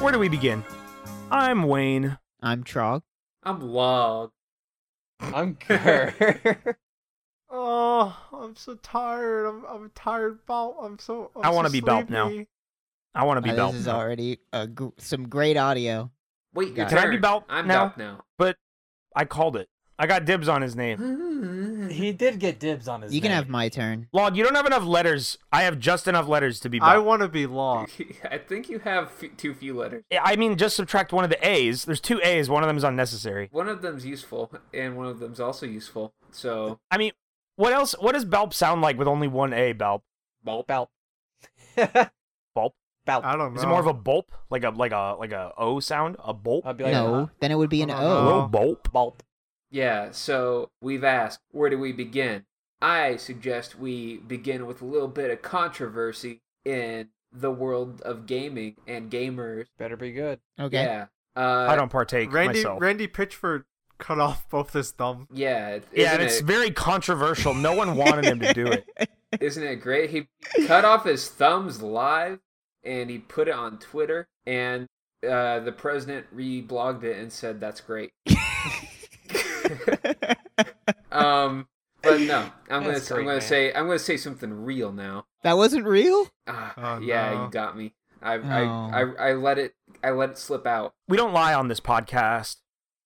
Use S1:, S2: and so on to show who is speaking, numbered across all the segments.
S1: where do we begin? I'm Wayne.
S2: I'm Trog.
S3: I'm log.
S4: I'm Kerr.
S5: Oh, I'm so tired. I'm I'm tired, Balp. I'm so. I'm
S1: I
S5: want
S1: wanna
S5: to
S1: be Balp now. I want to be
S2: Uh,
S1: Belp.
S2: this is
S1: now.
S2: already uh, gr- some great audio.
S3: Wait, your
S1: Can I
S3: turn.
S1: be Balp
S3: I'm
S1: now?
S3: Balp now.
S1: I called it. I got dibs on his name.
S4: he did get dibs on his
S2: you can
S4: name.
S2: have my turn.
S1: Log, you don't have enough letters. I have just enough letters to be
S5: I
S1: Belp.
S5: want to be Law.
S3: I think you have f- too few letters.
S1: I mean, just subtract one of the A's. There's two A's. One of them is unnecessary.
S3: One of them's useful, and one of them's also useful. So,
S1: I mean, what else? What does Belp sound like with only one A? Belp.
S3: Balp.
S4: Balp.
S1: Balp?
S4: Balp.
S5: I don't know.
S1: Is it more of a bulp, like a like a like a O sound? A bulp.
S4: I'd be like,
S2: no, then it would be an
S5: Oh,
S2: O.
S1: Hello, bulp.
S4: Balp.
S3: Yeah, so we've asked, where do we begin? I suggest we begin with a little bit of controversy in the world of gaming and gamers.
S4: Better be good.
S2: Oh, Okay.
S3: Yeah. Uh,
S1: I don't partake
S5: Randy
S1: myself.
S5: Randy Pitchford cut off both his thumb.
S3: Yeah. it-
S1: yeah,
S3: isn't
S1: and it's
S3: it-
S1: very controversial. No one wanted him to do it.
S3: Isn't it great? He cut off his thumbs live and he put it on Twitter and uh, the president reblogged it and said that's great. Um but no, I'm going
S4: That's
S3: to I'm
S4: great,
S3: going
S4: man.
S3: to say I'm going to say something real now.
S2: that wasn't real.
S3: Ah,
S5: Oh,
S3: yeah,
S5: no.
S3: you got me. I,
S2: Oh.
S3: I I I let it I let it slip out.
S1: We don't lie on this podcast.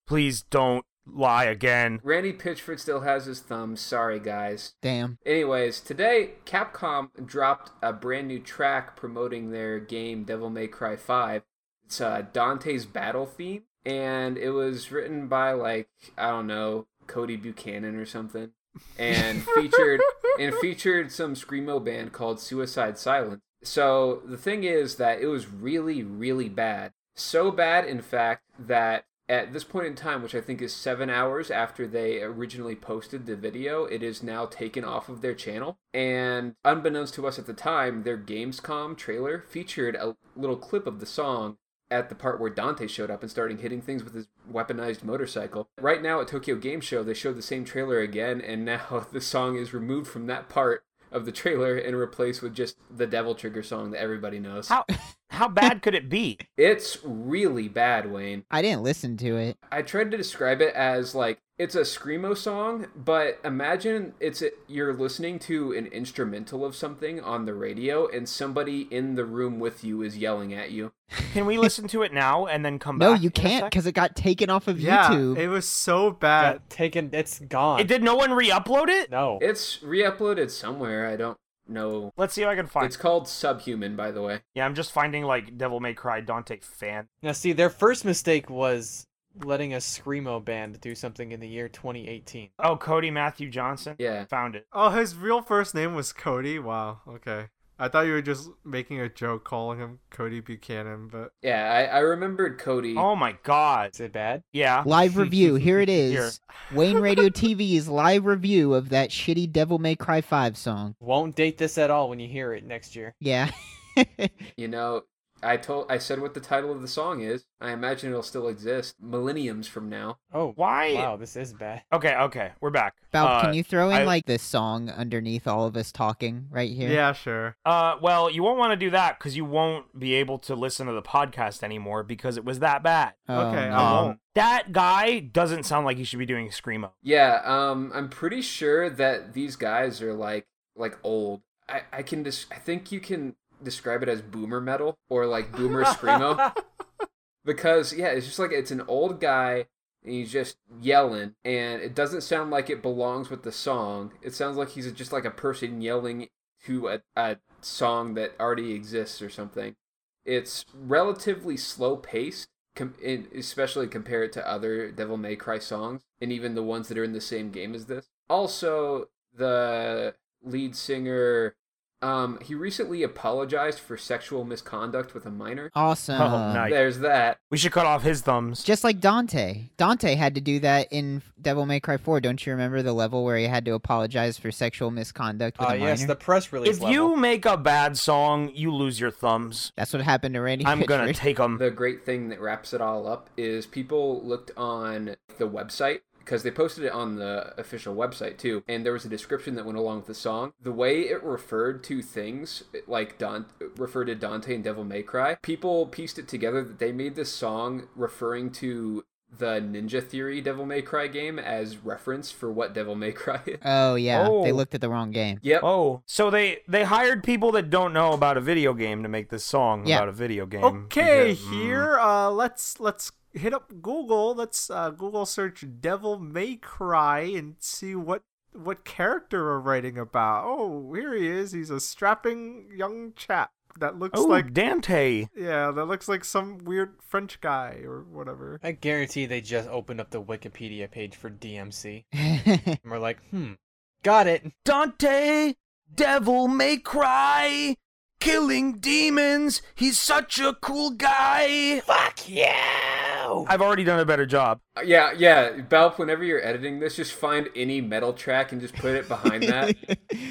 S1: Please don't lie again.
S3: Randy Pitchford still has his thumb. Sorry guys.
S2: Damn.
S3: Anyways, today Capcom dropped a brand new track promoting their game Devil May Cry 5. It's uh, Dante's Battle theme, and it was written by like I don't know Cody Buchanan or something, and featured and featured some screamo band called Suicide Silence. So the thing is that it was really really bad, so bad in fact that at this point in time, which I think is seven hours after they originally posted the video, it is now taken off of their channel. And unbeknownst to us at the time, their Gamescom trailer featured a little clip of the song at the part where Dante showed up and started hitting things with his weaponized motorcycle. Right now at Tokyo Game Show, they showed the same trailer again, and now the song is removed from that part of the trailer and replaced with just the Devil Trigger song that everybody knows.
S1: How how bad could it be?
S3: It's really bad, Wayne.
S2: I didn't listen to it.
S3: I tried to describe it as like it's a screamo song, but imagine it's a, you're listening to an instrumental of something on the radio, and somebody in the room with you is yelling at you.
S1: Can we listen to it now and then come
S2: No,
S1: back?
S2: you
S1: in a
S2: can't
S1: sec?
S2: because it got taken off of
S5: Yeah,
S2: YouTube.
S5: it was so bad.
S4: Got taken. It's gone.
S1: Uh, It, did no one re-upload it?
S4: No.
S3: It's re-uploaded somewhere. I don't know.
S1: Let's see if I can find.
S3: It's called Subhuman, by the way.
S1: Yeah, I'm just finding like Devil May Cry Dante fan.
S4: Now, see, their first mistake was letting a screamo band do something in the year 2018.
S1: Oh, Cody Matthew Johnson.
S3: Yeah.
S1: Found it.
S5: Oh, his real first name was Cody. Wow. Okay. I thought you were just making a joke calling him Cody Buchanan, but
S3: Yeah, I, I remembered Cody.
S1: Oh my god.
S4: Is it bad?
S1: Yeah.
S2: Live review. Here it is. Wayne Radio TV's live review of that shitty Devil May Cry 5 song.
S4: Won't date this at all when you hear it next year.
S2: Yeah.
S3: You know, I told I said what the title of the song is. I imagine it'll still exist millenniums from now.
S4: Oh,
S1: Why?
S4: wow, this is bad.
S1: Okay, okay. We're back.
S2: Balp,
S1: uh,
S2: can you throw in
S1: I-
S2: like this song underneath all of us talking right here?
S5: yeah, sure.
S1: uh, well, you won't want to do that because you won't be able to listen to the podcast anymore because it was that bad.
S2: Oh,
S5: Okay,
S2: no.
S5: I won't.
S1: Um, that guy doesn't sound like he should be doing screamo.
S3: Yeah, um, I'm pretty sure that these guys are like like old. I I can dis- I think you can describe it as boomer metal or like boomer screamo because yeah, it's just like it's an old guy and he's just yelling and it doesn't sound like it belongs with the song. It sounds like he's just like a person yelling to a, a song that already exists or something. It's relatively slow paced, com- in, especially compared to other Devil May Cry songs, and even the ones that are in the same game as this. Also, the lead singer, um, he recently apologized for sexual misconduct with a minor.
S2: Awesome.
S1: Oh, nice.
S3: There's that.
S1: We should cut off his thumbs.
S2: Just like Dante. Dante had to do that in Devil May Cry 4. Don't you remember the level where he had to apologize for sexual misconduct with
S4: Uh,
S2: a minor?
S4: yes, the press release
S1: if
S4: level.
S1: you make a bad song, you lose your thumbs.
S2: That's what happened to Randy
S1: I'm gonna
S2: Pitchford.
S1: take them.
S3: The great thing that wraps it all up is people looked on the website because they posted it on the official website too, and there was a description that went along with the song. The way it referred to things, it, like Don it referred to Dante and Devil May Cry, people pieced it together that they made this song referring to the Ninja Theory Devil May Cry game as reference for what Devil May Cry is.
S2: Oh yeah, they
S1: Oh.
S2: looked at the wrong game.
S3: Yep.
S1: Oh, so they they hired people that don't know about a video game to make this song
S2: Yeah.
S1: about a video game.
S5: Okay,
S1: Yeah, mm.
S5: here uh, let's let's hit up Google. Let's uh, Google search "Devil May Cry" and see what what character we're writing about. Oh, here he is. He's a strapping young chap that looks
S1: Oh,
S5: like
S1: Dante.
S5: yeah, that looks like some weird French guy or whatever.
S4: I guarantee they just opened up the Wikipedia page for DMC and we're like, hmm, got it.
S1: Dante, devil may cry, killing demons. He's such a cool guy.
S4: Fuck you.
S1: I've already done a better job.
S3: Yeah, yeah. Belp, whenever you're editing this, just find any metal track and just put it behind that.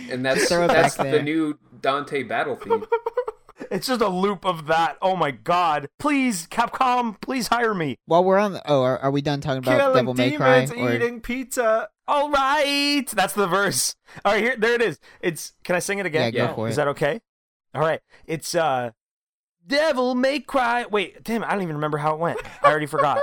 S3: And that's
S2: Throw it back
S3: that's the
S2: there.
S3: new Dante battle theme.
S1: It's just a loop of that. Oh my god. Please, Capcom, please hire me.
S2: While we're on, the, oh, are, are we done talking about
S5: Killing
S2: Devil May Cry?
S5: demons,
S2: Or
S5: eating pizza.
S1: All right. That's the verse. All right, here there it is. It's Can I sing it
S2: yeah,
S1: again?
S2: go
S3: Yeah.
S2: for
S1: Is
S2: it.
S1: that okay? All right. It's uh Devil May Cry. Wait, damn, I don't even remember how it went. I already forgot.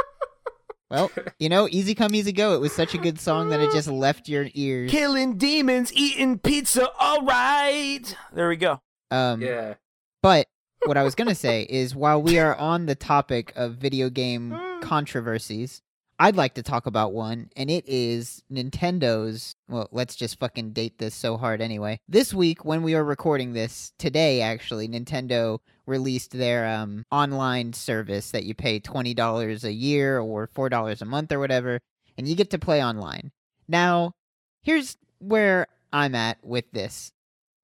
S2: Well, you know, easy come, easy go. It was such a good song that it just left your ears.
S1: Killing demons, eating pizza. All right. There we go.
S2: Um,
S3: Yeah.
S2: But what I was going to say is while we are on the topic of video game controversies, I'd like to talk about one, and it is Nintendo's. Well, let's just fucking date this so hard anyway. This week, when we are recording this, today actually, Nintendo released their um, online service that you pay $20 a year or $4 a month or whatever, and you get to play online. Now, here's where I'm at with this.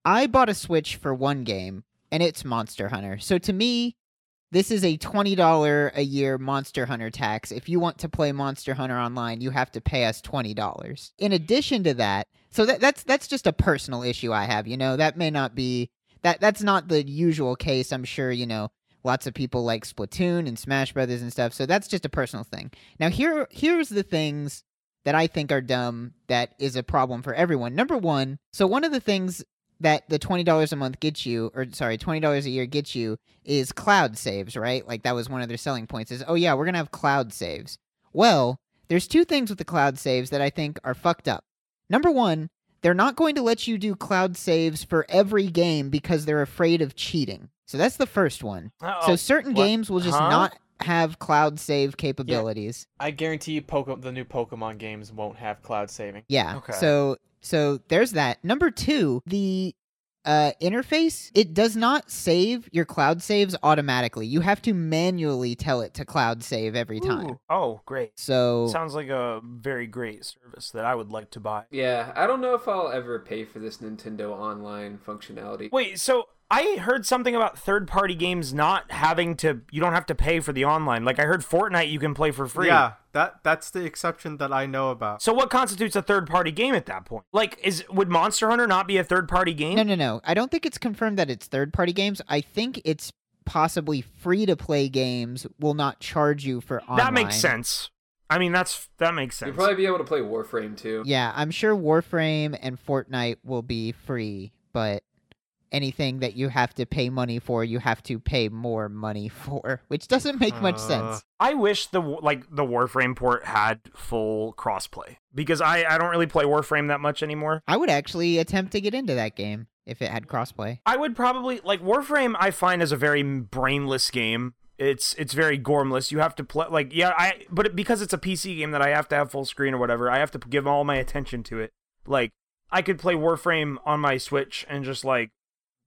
S2: I bought a Switch for one game, and it's Monster Hunter. So to me, this is a $20 a year Monster Hunter tax. If you want to play Monster Hunter online, you have to pay us $20. In addition to that, so that, that's that's just a personal issue I have, you know. That may not be that that's not the usual case. I'm sure, you know, lots of people like Splatoon and Smash Brothers and stuff. So that's just a personal thing. Now here here's the things that I think are dumb that is a problem for everyone. Number 1, so one of the things that the $20 a month gets you or sorry $20 a year gets you is cloud saves right like that was one of their selling points is oh yeah we're gonna have cloud saves well there's two things with the cloud saves that i think are fucked up number one they're not going to let you do cloud saves for every game because they're afraid of cheating so that's the first one so
S1: Uh-oh.
S2: certain
S1: Oh, what?
S2: games will just
S1: Huh?
S2: not have cloud save capabilities
S4: I guarantee you, Poke- the new Pokemon games won't have cloud saving.
S2: Yeah.
S1: Okay.
S2: So so there's that. Number two, the uh, interface it does not save your cloud saves automatically. You have to manually tell it to cloud save every time.
S1: Ooh. Oh, great.
S2: So
S1: Sounds like a very great service that I would like to buy.
S3: Yeah. I don't know if I'll ever pay for this Nintendo online functionality.
S1: Wait, so I heard something about third party games not having to, you don't have to pay for the online. Like I heard Fortnite you can play for free.
S5: Yeah, that that's the exception that I know about.
S1: So what constitutes a third party game at that point? Like is would Monster Hunter not be a third party game?
S2: no no no. I don't think it's confirmed that it's third party games. I think it's possibly free to play games will not charge you for online.
S1: That makes sense. I mean that's that makes
S3: You'll
S1: sense.
S3: probably be able to play Warframe too.
S2: Yeah, I'm sure Warframe and Fortnite will be free, but anything that you have to pay money for, you have to pay more money for, which doesn't make much sense.
S1: I wish the like the Warframe port had full crossplay because I I don't really play Warframe that much anymore.
S2: I would actually attempt to get into that game if it had crossplay.
S1: I would probably like Warframe. I find is a very brainless game. It's it's very gormless. You have to play like yeah. I but it, because it's a PC game that I have to have full screen or whatever. I have to give all my attention to it. Like I could play Warframe on my Switch and just like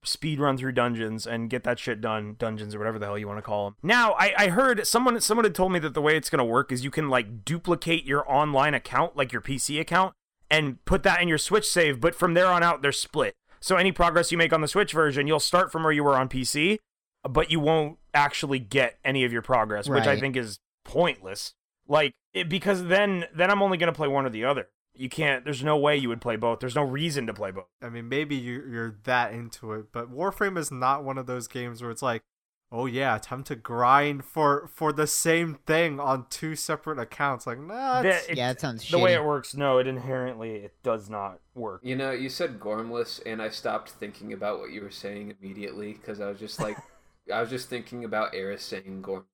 S1: speed run through dungeons and get that shit done. Dungeons or whatever the hell you want to call them. Now I I heard someone someone had told me that the way it's gonna work is you can like duplicate your online account like your PC account and put that in your Switch save, but from there on out, they're split. So any progress you make on the Switch version, you'll start from where you were on PC, but you won't actually get any of your progress, which I
S2: Right.
S1: think is pointless. Like it, because then then I'm only gonna play one or the other. You can't. There's no way you would play both. There's no reason to play both.
S5: I mean, maybe you you're that into it, but Warframe is not one of those games where it's like, oh yeah, time to grind for for the same thing on two separate accounts. Like, nah, it's-
S1: It-
S2: yeah, that sounds
S1: the way
S2: shitty.
S1: it works, no, it inherently it does not work.
S3: You know, you said gormless, and I stopped thinking about what you were saying immediately because I was just like, I was just thinking about Eris saying gorm.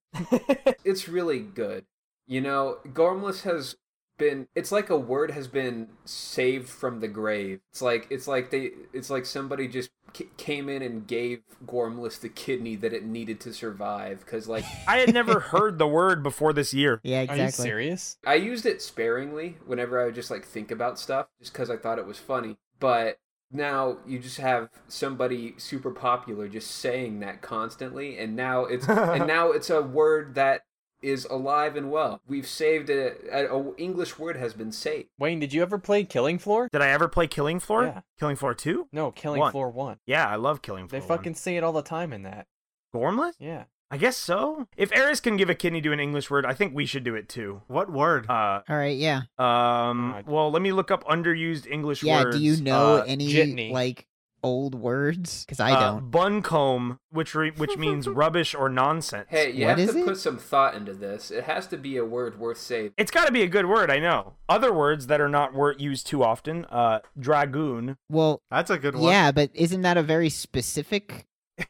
S3: it's really good. You know, gormless has been. It's like a word has been saved from the grave. It's like it's like they. It's like somebody just c- came in and gave gormless the kidney that it needed to survive. Because like
S1: I had never heard the word before this year.
S2: yeah,
S4: Are you
S2: exactly.
S4: serious?
S3: I used it sparingly whenever I would just like think about stuff, just because I thought it was funny. But now you just have somebody super popular just saying that constantly, and now it's and now it's a word that is alive and well. We've saved a, a, a English word has been saved.
S4: Wayne, did you ever play Killing Floor?
S1: Did I ever play Killing Floor?
S4: Yeah.
S1: Killing Floor 2?
S4: No, Killing
S1: One.
S4: Floor One.
S1: Yeah, I love Killing
S4: They
S1: Floor.
S4: fucking say it all the time in that.
S1: one. Gormless?
S4: Yeah.
S1: I guess so. If Eris can give a kidney to an English word, I think we should do it too.
S5: what word?
S1: Uh,
S2: All right, yeah,
S1: um,
S4: Uh,
S1: well, let me look up underused English
S2: yeah.
S1: words.
S2: Do you know
S1: Uh,
S2: any
S4: jitney.
S2: like old words? Because I
S1: uh,
S2: don't.
S1: Buncombe, which re- which means rubbish or nonsense.
S3: Hey, you
S2: What
S3: have
S2: is
S3: to
S2: it?
S3: put some thought into this. It has to be a word worth saving.
S1: It's got to be a good word, I know. Other words that are not wor- used too often, uh, dragoon,
S2: Well,
S5: That's a good one.
S2: yeah, but isn't that a very specific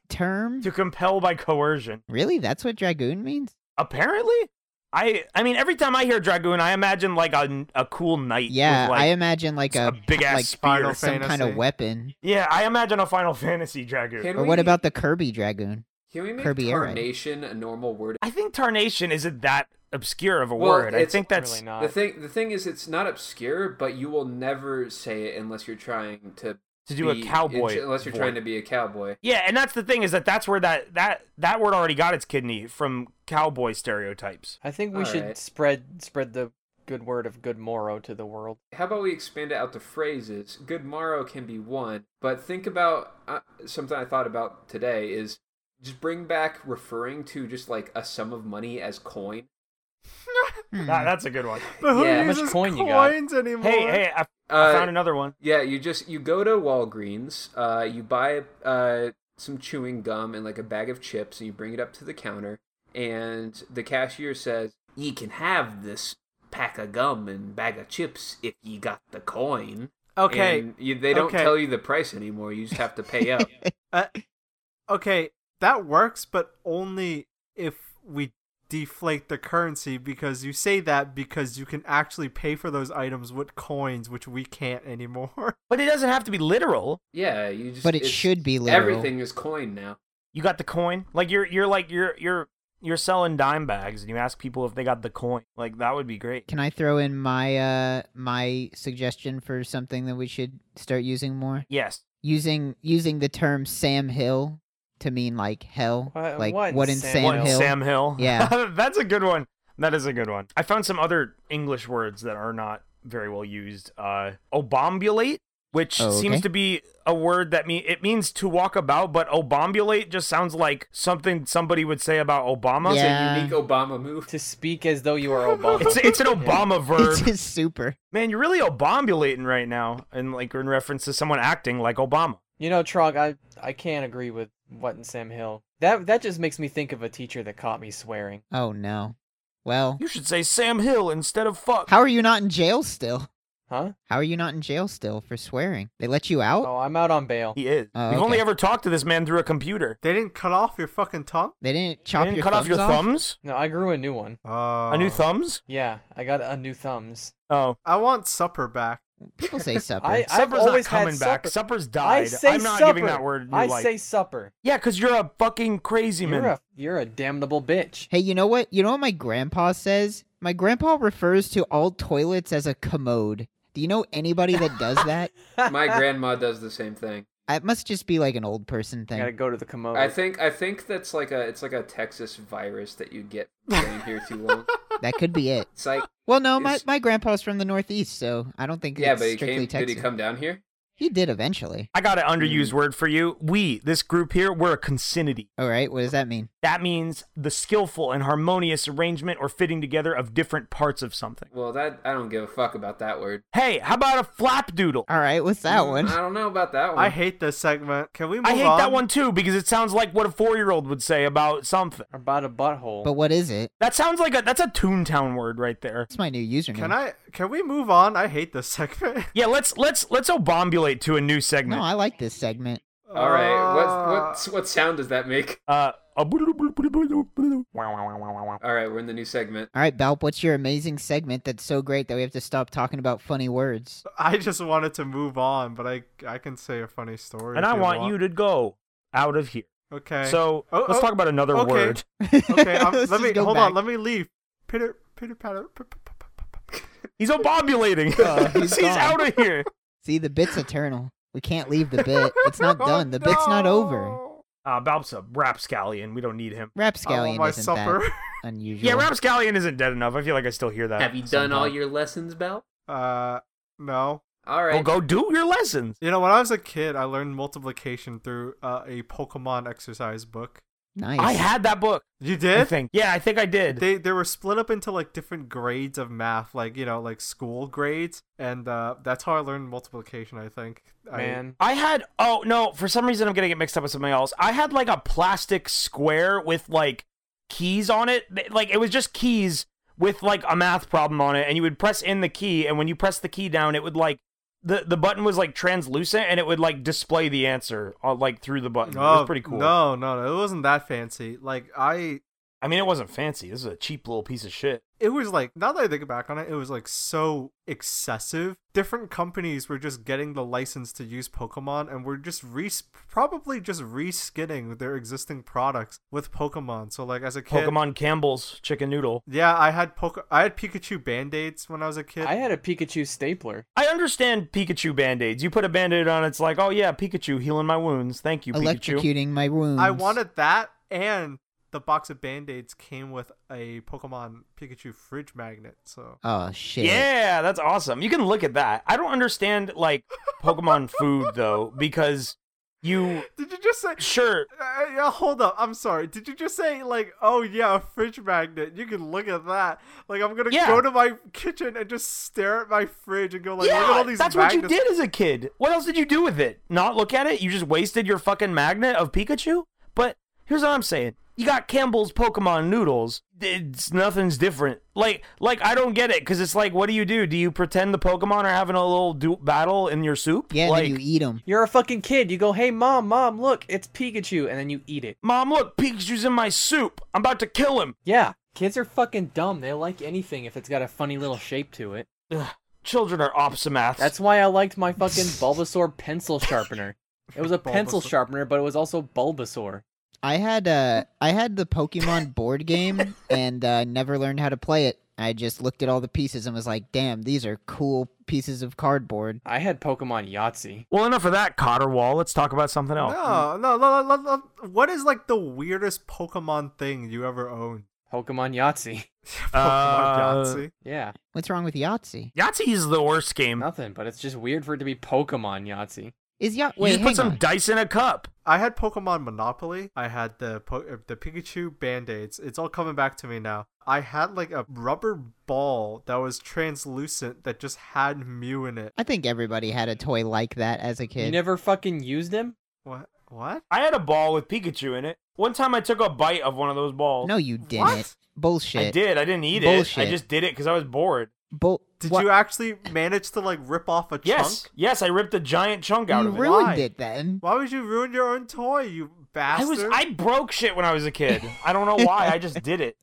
S2: term?
S1: to compel by coercion.
S2: Really, that's what dragoon means?
S1: Apparently, I I mean, every time I hear dragoon, I imagine like a, a cool knight.
S2: Yeah,
S1: with, like,
S2: I imagine like
S1: a
S2: a,
S1: big ass
S2: like
S1: spear.
S5: Final
S2: some kind of
S5: Fantasy.
S2: weapon.
S1: Yeah, I imagine a Final Fantasy dragoon.
S3: Can
S2: Or
S3: we,
S2: what about the Kirby dragoon?
S3: can we make
S2: Kirby Air Ride?
S3: tarnation a normal word?
S1: I think tarnation isn't that obscure of a
S3: Well,
S1: word. I
S3: it's
S1: think that's
S4: really not.
S3: The thing, the thing is, it's not obscure, but you will never say it unless you're trying to
S1: to do
S3: be-
S1: a cowboy.
S3: Unless you're
S1: voice.
S3: trying to be a cowboy.
S1: Yeah, and that's the thing is that that's where that that that word already got its kidney from cowboy stereotypes.
S4: I think we should
S3: Alright.
S4: spread spread the good word of good morrow to the world.
S3: How about we expand it out to phrases? Good morrow can be one, but think about uh, something I thought about today is just bring back referring to just like a sum of money as coin.
S2: Hmm.
S1: That, that's a good one.
S5: But who
S3: Yeah. How
S4: much
S5: uses
S4: coin you got?
S5: coins anymore?
S1: Hey, hey, I, I
S3: Uh,
S1: found another one.
S3: yeah, you just you go to Walgreens, uh, you buy uh, some chewing gum and like a bag of chips, and you bring it up to the counter, and the cashier says, "Ye can have this." Pack of gum and bag of chips if ye got the coin.
S5: Okay,
S3: And you, they don't
S5: okay.
S3: tell you the price anymore. You just have to pay up.
S5: okay, that works, but only if we deflate the currency because you say that because you can actually pay for those items with coins, which we can't anymore.
S1: But it doesn't have to be literal.
S3: Yeah, you just.
S2: But it
S3: it's-
S2: should be literal.
S3: Everything is coin now.
S1: You got the coin. Like you're you're like you're you're you're selling dime bags and you ask people if they got the coin. Like that would be great.
S2: Can I throw in my uh my suggestion for something that we should start using more?
S1: Yes.
S2: Using using the term Sam Hill to mean like hell,
S4: What-
S2: like
S4: what
S2: what,
S4: in
S2: in
S4: Sam
S2: Sam,
S1: What,
S2: Hill?
S1: Sam Hill.
S2: Yeah.
S1: That's a good one. That is a good one. I found some other English words that are not very well used. Uh, obombulate, which
S2: Oh,
S1: seems
S2: okay.
S1: to be a word that mean it means to walk about, but obombulate just sounds like something somebody would say about Obama.
S2: Yeah.
S3: Unique Obama move.
S4: To speak as though you are Obama.
S1: It's, it's an Obama verb.
S2: It's just super.
S1: Man, you're really obombulating right now, and like in reference to someone acting like Obama.
S4: You know, Trog, I I can't agree with what and Sam Hill. That that just makes me think of a teacher that caught me swearing.
S2: Oh no. Well,
S1: You should say Sam Hill instead of fuck.
S2: how are you not in jail still?
S4: Huh?
S2: How are you not in jail still for swearing? They let you out?
S4: Oh, I'm out on bail.
S1: he is.
S2: Oh,
S1: We've only
S2: okay.
S1: ever talked to this man through a computer.
S5: They didn't cut off your fucking tongue.
S2: They didn't
S1: They
S2: chop
S1: didn't
S2: your
S1: cut off your
S2: thumbs off?
S1: thumbs.
S4: No, I grew a new one.
S5: Oh.
S4: Uh,
S1: A new thumbs?
S4: Yeah, I got a new thumbs.
S1: Oh.
S5: I want supper back.
S2: People say supper.
S4: I, I've
S1: Supper's
S4: always
S1: not coming
S4: had
S1: back.
S4: supper.
S1: Supper's
S4: I
S1: died.
S4: say
S1: am not
S4: supper.
S1: giving that word. New
S4: I
S1: life.
S4: say supper.
S1: yeah, because you're a fucking crazy
S4: You're
S1: man.
S4: a you're a damnable bitch.
S2: Hey, you know what? You know what my grandpa says? My grandpa refers to all toilets as a commode. Do you know anybody that does that?
S3: My grandma does the same thing.
S2: it must just be like an old person thing.
S4: gotta go to the
S5: Oh.
S4: commode.
S3: I think I think that's like a it's like a Texas virus that you get staying here too long.
S2: That could be it.
S3: It's like
S2: Well, no, my,
S3: It's-
S2: my grandpa's from the Northeast, so I don't think
S3: yeah,
S2: it's
S3: but he
S2: strictly
S3: came.
S2: Texas.
S3: Did he come down here?
S2: He did eventually.
S1: I got an underused word for you. We, this group here, we're a consinity.
S2: All right, what does that mean?
S1: That means the skillful and harmonious arrangement or fitting together of different parts of something.
S3: Well, that I don't give a fuck about that word.
S1: Hey, how about a flapdoodle?
S2: All right, what's that one?
S3: Mm, I don't know about that one.
S5: I hate this segment. Can we move
S1: I hate
S5: on?
S1: that one too because it sounds like what a four-year-old would say about something.
S4: About a butthole.
S2: But what is it?
S1: That sounds like a that's a Toontown word right there.
S2: That's my new username.
S5: Can I? Can we move on? I hate this segment.
S1: Yeah, let's let's let's obombulate to a new segment.
S2: No, I like this segment.
S3: All right,
S5: Uh,
S3: what what what sound does that make?
S1: uh, a boodle-boodle-boodle-boodle-boodle.
S3: All right, we're in the new segment.
S2: All right, Balp, what's your amazing segment that's so great that we have to stop talking about funny words?
S5: Uh, I just wanted to move on, but I I can say a funny story.
S1: and
S5: if
S1: I
S5: you
S1: want you to go out of here.
S5: Okay.
S1: So
S5: Oh,
S1: let's
S5: oh,
S1: talk about another
S5: okay.
S1: word.
S5: okay, I'm,
S2: Let's
S5: let
S2: just
S5: me
S2: go
S5: hold
S2: back.
S5: on. Let me leave. Pitter pitter patter. p- p- p- p- p- p-
S1: He's obobulating.
S2: Uh, he's
S1: he's
S2: gone.
S1: out of here.
S2: See, the bit's eternal. We can't leave the bit. It's not
S5: Oh,
S2: done. The bit's not over.
S5: no.
S1: Uh, Balp's a rapscallion. We don't need him.
S5: I want
S2: Rapscallion
S5: my
S2: isn't
S5: supper.
S2: that unusual.
S1: Yeah, rapscallion isn't dead enough. I feel like I still hear that.
S3: Have you done all your lessons, Bell?
S5: Uh, no.
S3: All right.
S1: Well, go do your lessons.
S5: You know, when I was a kid, I learned multiplication through uh, a Pokemon exercise book.
S2: nice.
S1: I had that book.
S5: You
S1: I
S5: did?
S1: think. Yeah, I think I did.
S5: They they were split up into like different grades of math, like you know, like school grades, and uh, that's how I learned multiplication. I think. I-
S4: man.
S1: I had oh no, for some reason I'm getting it mixed up with something else. I had like a plastic square with like keys on it. Th- Like it was just keys with like a math problem on it and you would press in the key and when you press the key down it would like the the button was like translucent and it would like display the answer uh, like through the button. it was pretty cool.
S5: Oh, No, no, no, it wasn't that fancy. Like I,
S1: I mean it wasn't fancy. This is a cheap little piece of shit.
S5: it was like now that I think back on it, it was like so excessive. Different companies were just getting the license to use Pokemon, and were just re probably just reskinning their existing products with Pokemon. So like as a kid,
S1: Pokemon Campbell's chicken noodle.
S5: Yeah, I had poke. I had Pikachu band aids when I was a kid.
S4: I had a Pikachu stapler.
S1: I understand Pikachu band-aids. You put a band-aid on, it's like, oh yeah, Pikachu healing my wounds. Thank you, Pikachu.
S2: Electrocuting my wounds.
S5: I wanted that, and the box of band aids came with a Pokemon Pikachu fridge magnet. So
S2: Oh shit.
S1: Yeah, that's awesome. You can look at that. I don't understand like Pokemon food though, because you
S5: did you just say?
S1: sure
S5: Uh, yeah, hold up. I'm sorry. Did you just say like, oh yeah, a fridge magnet? You can look at that. Like I'm gonna
S1: Yeah.
S5: go to my kitchen and just stare at my fridge and go like, look at all
S1: yeah,
S5: these.
S1: that's what
S5: magnets."
S1: you did as a kid. What else did you do with it? Not look at it? You just wasted your fucking magnet of Pikachu? But here's what I'm saying. You got Campbell's Pokemon noodles. It's nothing's different. Like like I don't get it cuz it's like what do you do? Do you pretend the Pokemon are having a little du- battle in your soup?
S2: Yeah, and
S1: like
S2: then you eat them.
S4: You're a fucking kid. You go, hey mom, mom, look, it's Pikachu, and then you eat it.
S1: Mom, look, Pikachu's in my soup. I'm about to kill him.
S4: Yeah, kids are fucking dumb. They like anything if it's got a funny little shape to it.
S1: Children are opsomaths.
S4: That's why I liked my fucking Bulbasaur pencil sharpener. It was a pencil
S5: Bulbasaur.
S4: sharpener, but it was also Bulbasaur.
S2: I had uh I had the Pokemon board game and uh, never learned how to play it. I just looked at all the pieces and was like, "Damn, these are cool pieces of cardboard."
S4: I had Pokemon Yahtzee.
S1: Well, enough of that, Cotterwall. Let's talk about something else.
S5: No, no, no, no, no, no. What is like the weirdest Pokemon thing you ever owned?
S4: Pokemon Yahtzee.
S5: Pokemon
S1: Uh,
S5: Yahtzee.
S4: Yeah,
S2: What's wrong with Yahtzee?
S1: Yahtzee is the worst game.
S4: nothing, but it's just weird for it to be Pokemon Yahtzee.
S2: Is Yah?
S1: you
S2: Wait,
S1: just
S2: hang
S1: put some
S2: on.
S1: dice in a cup.
S5: I had Pokemon Monopoly. I had the po- uh, the Pikachu Band-Aids. It's all coming back to me now. I had like a rubber ball that was translucent that just had Mew in it.
S2: I think everybody had a toy like that as a
S4: You
S2: kid.
S4: never fucking used him?
S5: What? What?
S1: I had a ball with Pikachu in it. One time I took a bite of one of those balls.
S2: no, you didn't.
S5: What?
S2: Bullshit.
S1: I did. I didn't eat
S2: Bullshit.
S1: it. I just did it because I was bored.
S2: Bull-
S5: Did
S2: what-
S5: you actually manage to like rip off a
S1: Yes.
S5: chunk?
S1: Yes, I ripped a giant chunk out
S2: You
S1: of it.
S2: ruined
S5: Why?
S2: it then.
S5: Why would you ruin your own toy, you
S1: I
S5: bastard?
S1: was I broke shit when I was a kid. I don't know why. I just did it.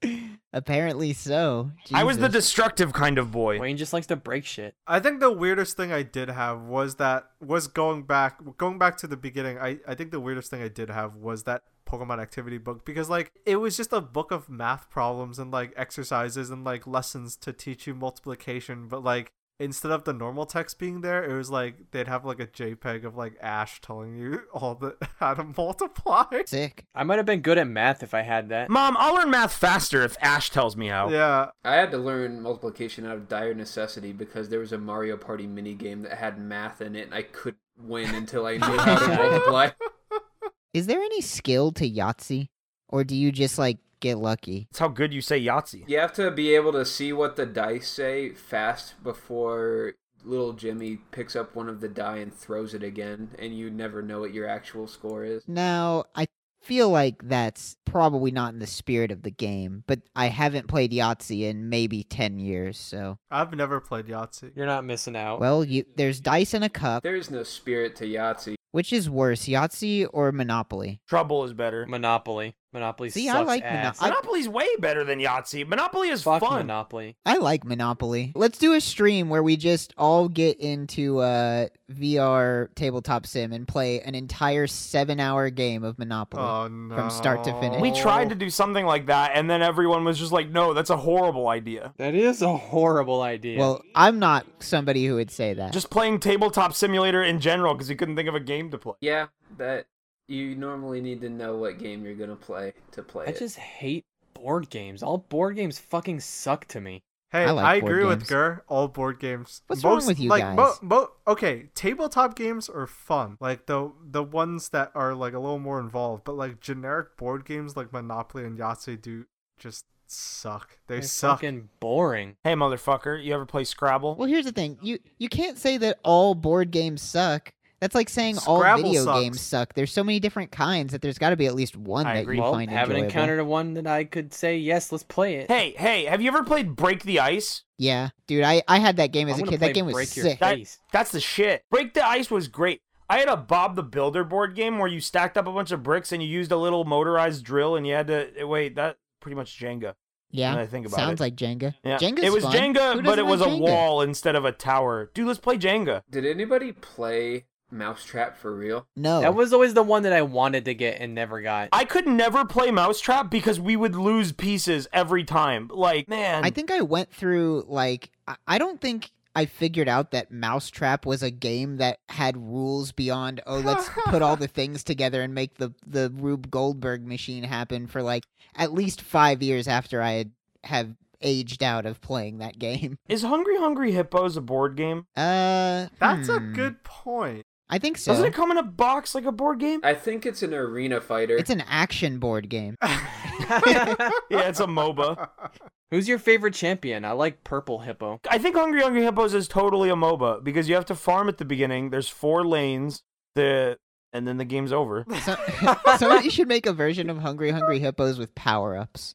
S2: Apparently so.
S1: I was the
S2: Jesus.
S1: destructive kind of boy.
S4: Wayne just likes to break shit.
S5: I think the weirdest thing I did have was that was going back going back to the beginning. I I think the weirdest thing I did have was that Pokemon activity book because like it was just a book of math problems and like exercises and like lessons to teach you multiplication, but like instead of the normal text being there, it was like they'd have like a JPEG of like Ash telling you all the how to multiply.
S2: Sick.
S4: I might have been good at math if I had that.
S1: Mom, I'll learn math faster if Ash tells me how.
S5: Yeah,
S3: I had to learn multiplication out of dire necessity because there was a Mario Party mini game that had math in it, and I couldn't win until I knew how to multiply.
S2: Is there any skill to Yahtzee, or do you just like get lucky?
S1: That's how good you say Yahtzee.
S3: You have to be able to see what the dice say fast before little Jimmy picks up one of the die and throws it again, and you never know what your actual score is.
S2: Now, I feel like that's probably not in the spirit of the game, but I haven't played Yahtzee in maybe 10 years, so.
S5: I've never played Yahtzee.
S4: You're not missing
S1: Oh.
S4: out.
S2: Well, you, there's dice in a cup.
S3: There is no spirit to Yahtzee.
S2: Which is worse, Yahtzee or Monopoly?
S1: Trouble is better.
S4: Monopoly. Monopoly
S2: See, I
S4: sucks
S2: like Mono-
S4: ass.
S2: I-
S1: Monopoly's way better than Yahtzee. Monopoly is
S4: Fuck
S1: fun.
S4: Monopoly.
S2: I like Monopoly. Let's do a stream where we just all get into uh, VR tabletop sim and play an entire seven hour game of Monopoly.
S5: Oh no!
S2: From start to finish.
S1: we tried to do something like that, and then everyone was just like, no, that's a horrible idea.
S4: That is a horrible idea.
S2: Well, I'm not somebody who would say that.
S1: Just playing tabletop simulator in general because you couldn't think of a game to play.
S3: Yeah, that you normally need to know what game you're gonna play to play
S4: I
S3: it.
S4: just hate board games. All board games fucking suck to me.
S5: Hey,
S2: I
S5: I,
S2: like board
S5: agree with
S2: games.
S5: Gur. All board games.
S2: What's wrong with you
S5: like, Mo-
S2: guys?
S5: mo- okay, tabletop games are fun. Like the the ones that are like a little more involved, but like generic board games like Monopoly and Yahtzee do just suck. They
S4: They're
S5: suck.
S4: fucking boring.
S1: Hey, motherfucker, you ever play Scrabble?
S2: Well, here's the thing. You you can't say that all board games suck. That's like saying all
S5: Scrabble
S2: video
S5: sucks.
S2: games suck. There's so many different kinds that there's got to be at least one
S1: I
S2: that
S1: agree.
S2: you
S4: Well,
S2: find
S4: haven't
S2: enjoyable.
S4: encountered a one that I could say yes. Let's play it.
S1: Hey, hey, have you ever played Break the Ice?
S2: Yeah, dude, I, I had that game as a
S4: I'm gonna
S2: kid. That
S4: play
S2: game was
S4: Break Your
S2: sick.
S4: Face.
S1: That- that's the shit. Break the Ice was great. I had a Bob the Builder board game where you stacked up a bunch of bricks and you used a little motorized drill and you had to eh, wait. That pretty much Jenga.
S2: yeah,
S1: Now that I think about
S2: sounds
S1: it.
S2: like Jenga.
S1: Yeah,
S2: Jenga's
S1: it was
S2: fun. Who
S1: Jenga, but
S2: doesn't
S1: it was
S2: like
S1: a
S2: Jenga?
S1: wall instead of a tower. Dude, let's play Jenga.
S3: Did anybody play Mousetrap for real?
S2: No,
S4: That was always the one that I wanted to get and never got.
S1: I could never play Mousetrap because we would lose pieces every time. Like, man,
S2: I think I went through like I, I don't think I figured out that Mousetrap was a game that had rules beyond oh let's put all the things together and make the the Rube Goldberg machine happen for like at least five years after I had have aged out of playing that game.
S1: is Hungry Hungry Hippos a board game?
S2: Uh,
S5: That's a
S2: hmm,
S5: good point.
S2: I think so.
S1: Doesn't it come in a box like a board game?
S3: I think it's an arena fighter.
S2: It's an action board game.
S5: Uh,
S1: yeah, it's a MOBA.
S4: Who's your favorite champion? I like Purple Hippo.
S1: I think Hungry Hungry Hippos is totally a MOBA because you have to farm at the beginning. There's four lanes, the and then the game's over.
S2: So, somebody should make a version of Hungry Hungry Hippos with power ups,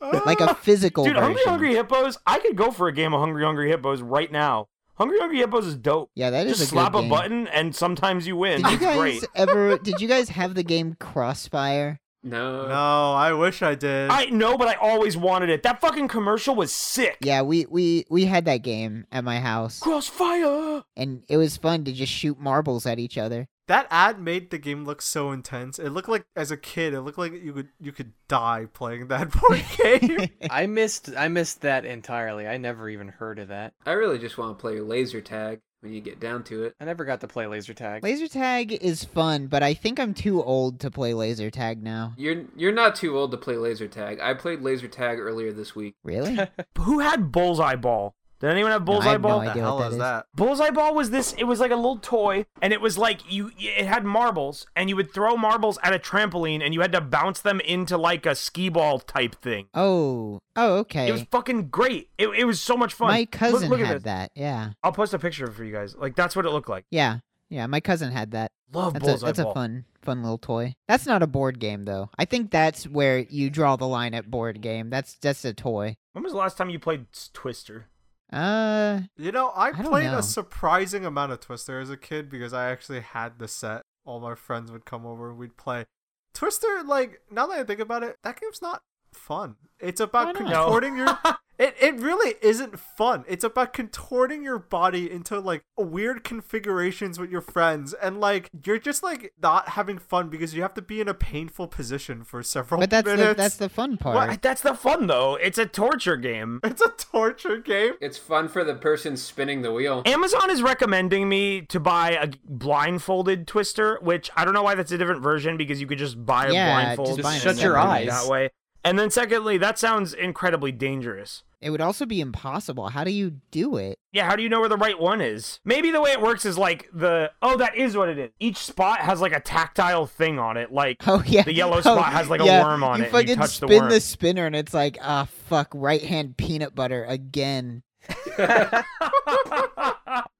S2: like a physical
S1: Dude,
S2: version.
S1: Hungry Hungry Hippos, I could go for a game of Hungry Hungry Hippos right now. Hungry Hungry Hippos is dope.
S2: yeah, that is
S1: Just
S2: a
S1: slap
S2: good
S1: a
S2: game.
S1: button and sometimes you win.
S2: Did you
S1: it's
S2: guys
S1: great.
S2: ever? Did you guys have the game Crossfire?
S3: no.
S5: no, I wish I did.
S1: I know, but I always wanted it. That fucking commercial was sick.
S2: Yeah, we we we had that game at my house,
S1: Crossfire.
S2: and it was fun to just shoot marbles at each other.
S5: that ad made the game look so intense. It looked like as a kid, it looked like you could you could die playing that board game.
S4: I missed I missed that entirely. I never even heard of that.
S3: I really just want to play laser tag when you get down to it.
S4: I never got to play laser tag.
S2: Laser tag is fun, but I think I'm too old to play laser tag now.
S3: You're you're not too old to play laser tag. I played laser tag earlier this week.
S2: Really?
S1: Who had Bullseye Ball? Did anyone have Bullseye
S2: have no
S1: Ball?
S5: what the
S2: idea what
S5: hell
S2: that
S5: is
S2: is.
S5: that?
S1: Bullseye Ball was this. It was like a little toy, and it was like you. It had marbles, and you would throw marbles at a trampoline, and you had to bounce them into like a skee ball type thing.
S2: Oh, oh, okay.
S1: It was fucking great. It, it was so much fun.
S2: my
S1: Look-
S2: cousin
S1: look at
S2: had
S1: this.
S2: that. Yeah,
S1: I'll post a picture for you guys. Like that's what it looked like.
S2: yeah, yeah. My cousin had that.
S1: Love
S2: That's a
S1: Bullseye
S2: that's
S1: Ball.
S2: a fun fun little toy. That's not a board game though. I think that's where you draw the line at board game. That's that's a toy.
S1: When was the last time you played s- Twister?
S2: Uh,
S5: You know, I,
S2: I don't
S5: played
S2: know.
S5: a surprising amount of Twister as a kid because I actually had the set. All my friends would come over and we'd play. Twister, like, now that I think about it, that game's not fun. It's
S2: Why
S5: about
S2: not?
S5: contorting your It it really isn't fun. It's about contorting your body into like weird configurations with your friends and like you're just like not having fun because you have to be in a painful position for several
S2: But that's
S5: minutes.
S2: the, that's the fun part.
S1: Well, that's the fun though. It's a torture game.
S5: It's a torture game.
S3: It's fun for the person spinning the wheel.
S1: Amazon is recommending me to buy a blindfolded twister, which I don't know why that's a different version because you could just buy a
S2: Yeah,
S1: blindfold
S2: just
S4: buy
S1: and
S4: it Shut your
S1: do it
S4: eyes.
S1: that way. And then secondly, that sounds incredibly dangerous.
S2: It would also be impossible. How do you do it?
S1: Yeah, how do you know where the right one is? Maybe the way it works is like the oh, that is what it is. Each spot has like a tactile thing on it, like
S2: Oh yeah,
S1: The yellow
S2: Oh,
S1: spot has, like, a
S2: yeah.
S1: worm on
S2: you
S1: it, and you
S2: Fucking
S1: touch the
S2: spin
S1: worm.
S2: the spinner, and it's like, ah, fuck, right hand peanut butter again.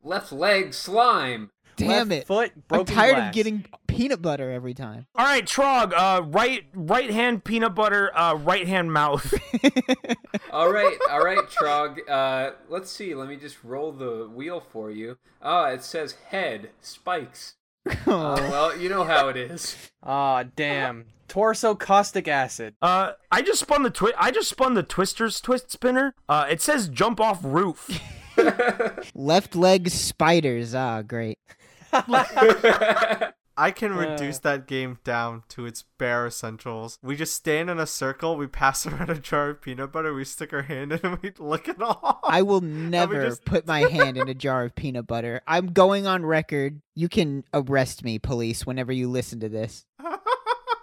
S3: Left leg slime.
S2: Damn
S4: Left
S2: it!
S4: Foot
S2: I'm
S4: broken
S2: tired of
S4: glass.
S2: getting peanut butter every time.
S1: All right, Trog, uh right right hand peanut butter, uh right hand mouth.
S3: All right, all right, Trog. Uh, let's see. Let me just roll the wheel for you. Oh, it says head spikes. Oh,
S2: Oh.
S3: well, you know how it is.
S4: Aw, damn. Torso caustic acid.
S1: Uh, I just spun the twi- I just spun the Twister's twist spinner. Uh, it says jump off roof.
S2: Left leg spiders. Ah, great.
S5: I can
S1: Uh.
S5: reduce that game down to its bare essentials. We just stand in a circle, we pass around a jar of peanut butter, we stick our hand in and we lick it off.
S2: I will never
S5: just-
S2: put my hand in a jar of peanut butter. I'm going on record. You can arrest me, police, whenever you listen to this.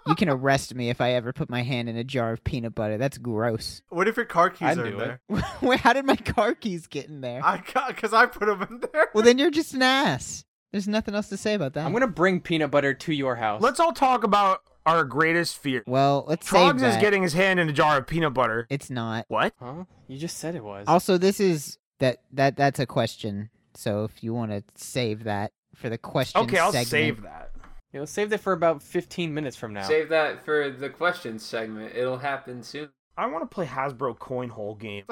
S2: You can arrest me if I ever put my hand in a jar of peanut butter. That's gross.
S5: what if your car keys
S4: I'd
S5: are in
S4: do
S5: there?
S2: Where- How did my car keys get in there?
S5: I got because I put them in there.
S2: Well, then you're just an ass. There's nothing else to say about that.
S4: I'm gonna bring peanut butter to your house.
S1: Let's all talk about our greatest fear.
S2: Well, let's save
S1: Trogs
S2: that.
S1: is getting his hand in a jar of peanut butter.
S2: It's not.
S1: What?
S4: Huh? You just said it was.
S2: Also, this is that that that's a question. So if you want to save that for the question
S1: Okay, I'll
S2: segment.
S1: save that.
S4: You know, save that for about 15 minutes from now.
S3: Save that for the question segment. It'll happen soon.
S1: I want to play Hasbro Coin Hole game.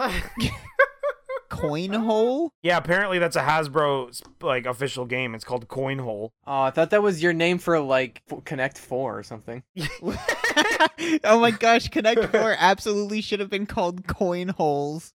S2: coin hole.
S1: Yeah, apparently that's a Hasbro like official game. It's called Coin Hole.
S4: Oh, I thought that was your name for like f- Connect Four or something.
S2: oh my gosh, Connect Four absolutely should have been called coin holes.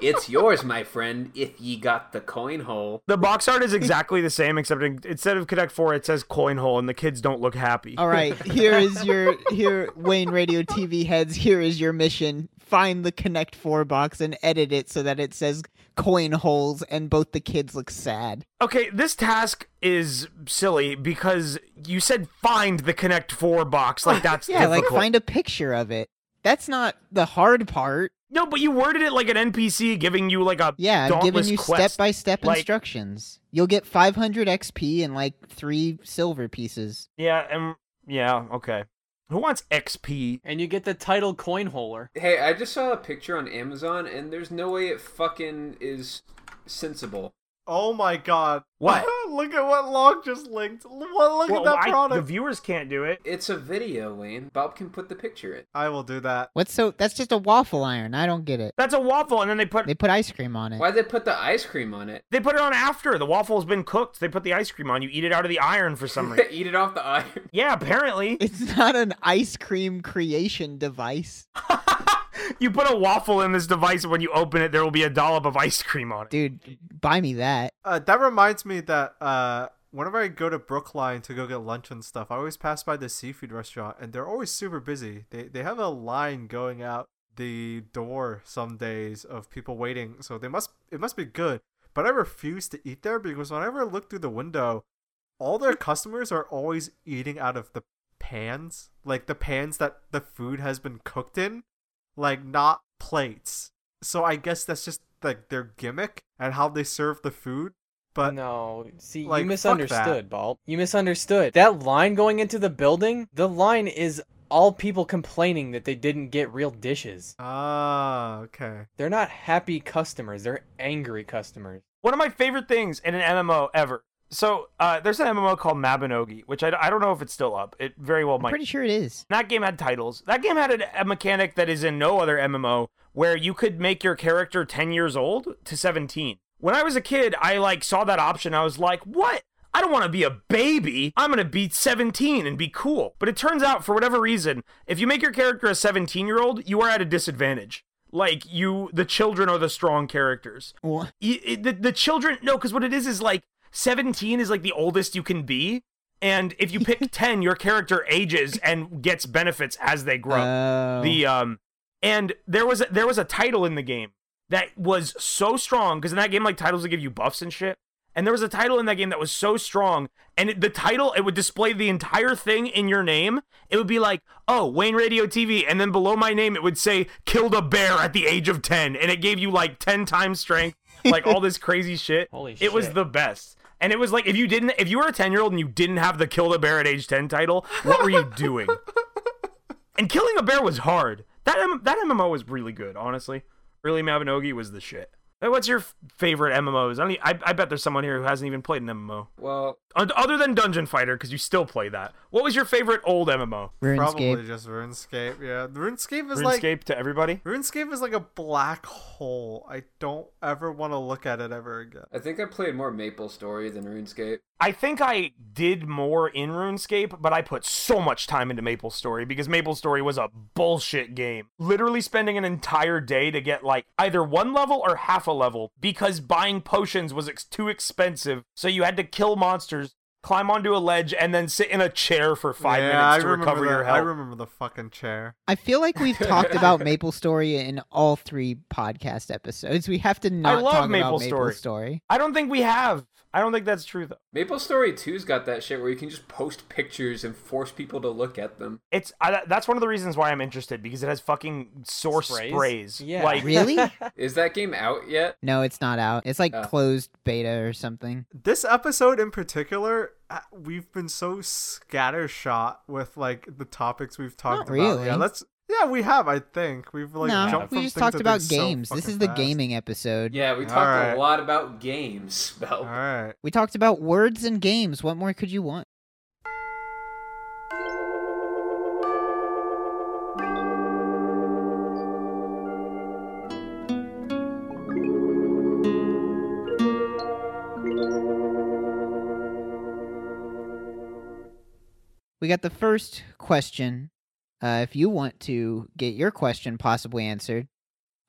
S3: It's yours, my friend, if ye got the coin hole.
S1: The box art is exactly the same, except in- instead of Connect Four, it says Coin Hole, and the kids don't look happy.
S2: All right, here is your here Wayne Radio TV heads. Here is your mission: find the Connect Four box and edit it so that it says coin holes, and both the kids look sad.
S1: Okay, this task is silly because you said find the Connect Four box. Like that's
S2: Yeah, like
S1: difficult.
S2: find a picture of it. That's not the hard part.
S1: No, but you worded it like an NPC giving you like a
S2: Yeah, I'm
S1: dauntless
S2: giving you
S1: quest.
S2: step by step
S1: Like-
S2: instructions. You'll get 500 XP and like three silver pieces.
S1: yeah, and yeah, okay. Who wants XP?
S4: And you get the title coin holer.
S3: Hey, I just saw a picture on Amazon, and there's no way it fucking is sensible.
S5: oh my god!
S1: What?
S5: look at what Long just linked. L- Well, look
S1: Well,
S5: at that
S1: I- the
S5: product.
S1: viewers can't do it.
S3: It's a video, Wayne. Bob can put the picture in.
S5: I will do that.
S2: What's so? That's just a waffle iron. I don't get it.
S1: That's a waffle, and then they put
S2: They put ice cream on it.
S3: Why'd they put the ice cream on it?
S1: they put it on after the waffle's been cooked. They put the ice cream on. You eat it out of the iron for some reason.
S3: Eat it off the iron.
S1: yeah, apparently
S2: It's not an ice cream creation device.
S1: you put a waffle in this device, and when you open it, there will be a dollop of ice cream on it.
S2: Dude, buy me that.
S5: Uh, that reminds me that uh, whenever I go to Brookline to go get lunch and stuff, I always pass by the seafood restaurant, and they're always super busy. They they have a line going out the door some days of people waiting, so they must it must be good. But I refuse to eat there because whenever I look through the window, all their customers are always eating out of the pans, like the pans that the food has been cooked in, like not plates. So I guess that's just like their gimmick and how they serve the food. But
S4: no, see,
S5: like, fuck
S4: you
S5: that.
S4: misunderstood, Balt. You misunderstood. That line going into the building, the line is all people complaining that they didn't get real dishes.
S5: Ah, okay.
S4: They're not happy customers. They're angry customers.
S1: One of my favorite things in an MMO ever. So uh, there's an MMO called Mabinogi, which I, I don't know if it's still up. It very
S5: Oh
S1: well
S2: I'm
S1: might.
S2: pretty sure it is.
S1: That game had titles. That game had a, a mechanic that is in no other MMO where you could make your character 10 years old to 17. When I was a kid, I like saw that option. I was like, "What? I don't want to be a baby. I'm going to be 17 and be cool." But it turns out for whatever reason, if you make your character a 17-year-old, you are at a disadvantage. like you the children are the strong characters
S2: Wha-
S1: Y- it- the, the children no because what it is is like 17 is like the oldest you can be and if you pick 10 your character ages and gets benefits as they grow
S2: Oh.
S1: the um and there was a, there was a title in the game that was so strong because in that game like titles would give you buffs and shit and there was a title in that game that was so strong and it, the title it would display the entire thing in your name it would be like oh wayne radio tv and then below my name it would say killed a bear at the age of 10 and it gave you like 10 times strength like all this crazy shit
S4: Holy
S1: it was
S4: shit.
S1: the best and it was like if you didn't if you were a 10 year old and you didn't have the kill the bear at age 10 title what were you doing and killing a bear was hard. That M- that MMO was really good, honestly. Really, Mabinogi was the shit. Hey, What's your f- favorite MMOs? I, mean, I I bet there's someone here who hasn't even played an MMO
S3: Well,
S1: Un- Uh, other than Dungeon Fighter because you still play that. What was your favorite old MMO?
S5: Probably
S2: oh, RuneScape.
S5: just RuneScape. Yeah, RuneScape is
S1: RuneScape
S5: like
S1: to everybody.
S5: RuneScape is like a black hole. I don't ever want to look at it ever again.
S3: I think I played more Maple Story than RuneScape.
S1: I think I did more in RuneScape, but I put so much time into Maple Story because Maple Story was a bullshit game. Literally spending an entire day to get like either one level or half a level because buying potions was ex- too expensive. So you had to kill monsters, climb onto a ledge, and then sit in a chair for five
S5: yeah,
S1: minutes
S5: I
S1: to
S5: remember
S1: recover
S5: the,
S1: your
S5: I
S1: health.
S5: remember the fucking chair.
S2: I feel like we've talked about Maple Story in all three podcast episodes. We have to not
S1: love
S2: talk
S1: Maple
S2: about
S1: Story.
S2: Maple Story.
S1: I don't think we have. I don't think that's true though.
S3: Maple Story 2's got that shit where you can just post pictures and force people to look at them.
S1: It's I, that's one of the reasons why I'm interested because it has fucking source sprays.
S4: Yeah.
S1: Like
S2: Really?
S3: Is that game out yet?
S2: No, it's not out. It's like
S3: Oh.
S2: closed beta or something.
S5: This episode in particular, uh, we've been so scattershot with like the topics we've talked
S2: Not
S5: about. Yeah,
S2: really.
S5: let's. Yeah, we have. I think we've like
S2: no,
S5: jumped
S2: we
S5: from
S2: just
S5: thing
S2: talked
S5: to
S2: about
S5: thing so
S2: games. this
S5: fucking
S2: is the
S5: fast.
S2: gaming episode.
S3: Yeah, we talked
S5: Alright.
S3: a lot about games, Bell.
S5: All right.
S2: We talked about words and games. What more could you want? We got the first question. Uh, if you want to get your question possibly answered,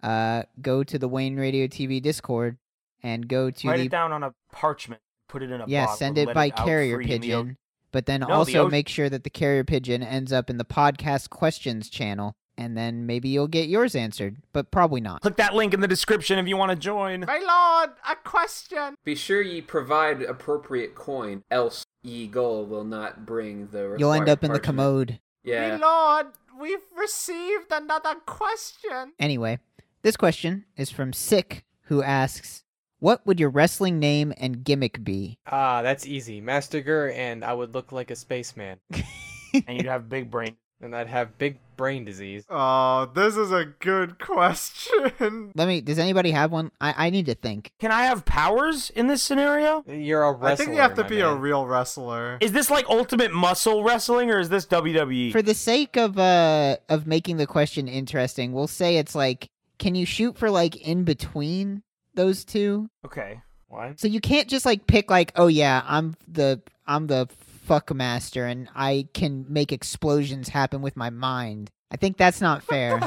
S2: uh, go to the Wayne Radio TV Discord and go to
S1: write
S2: the
S1: it down on a parchment, put it in a
S2: yeah,
S1: bottle,
S2: send
S1: and
S2: it
S1: let
S2: by
S1: out
S2: carrier
S1: free in the ocean.
S2: pigeon. But then
S1: No, the
S2: also
S1: ocean-
S2: make sure that the carrier pigeon ends up in the podcast questions channel, and then maybe you'll get yours answered, but probably not.
S1: Click that link in the description if you want to join.
S5: My lord, a question.
S3: Be sure ye provide appropriate coin, else ye goal will not bring the.
S2: You'll end
S3: required
S2: up in the
S3: parchment.
S2: commode.
S3: Yeah.
S5: lord, we've received another question.
S2: Anyway, this question is from Sick, who asks, What would your wrestling name and gimmick be?
S4: Ah, that's easy. Master Gur, and I would look like a spaceman,
S1: and you'd have big brain.
S4: and I'd have big brain disease.
S5: Oh, this is a good question.
S2: Let me does anybody have one? I, I need to think.
S1: Can I have powers in this scenario?
S4: You're a wrestler.
S5: I think you have to
S4: my
S5: be a
S4: man.
S5: real wrestler.
S1: Is this like ultimate muscle wrestling or is this E? WWE?
S2: For the sake of uh of making the question interesting, we'll say it's like can you shoot for like in between those two?
S1: okay.
S4: What?
S2: So you can't just like pick like, oh yeah, I'm the I'm the fuck master and I can make explosions happen with my mind. I think that's not fair.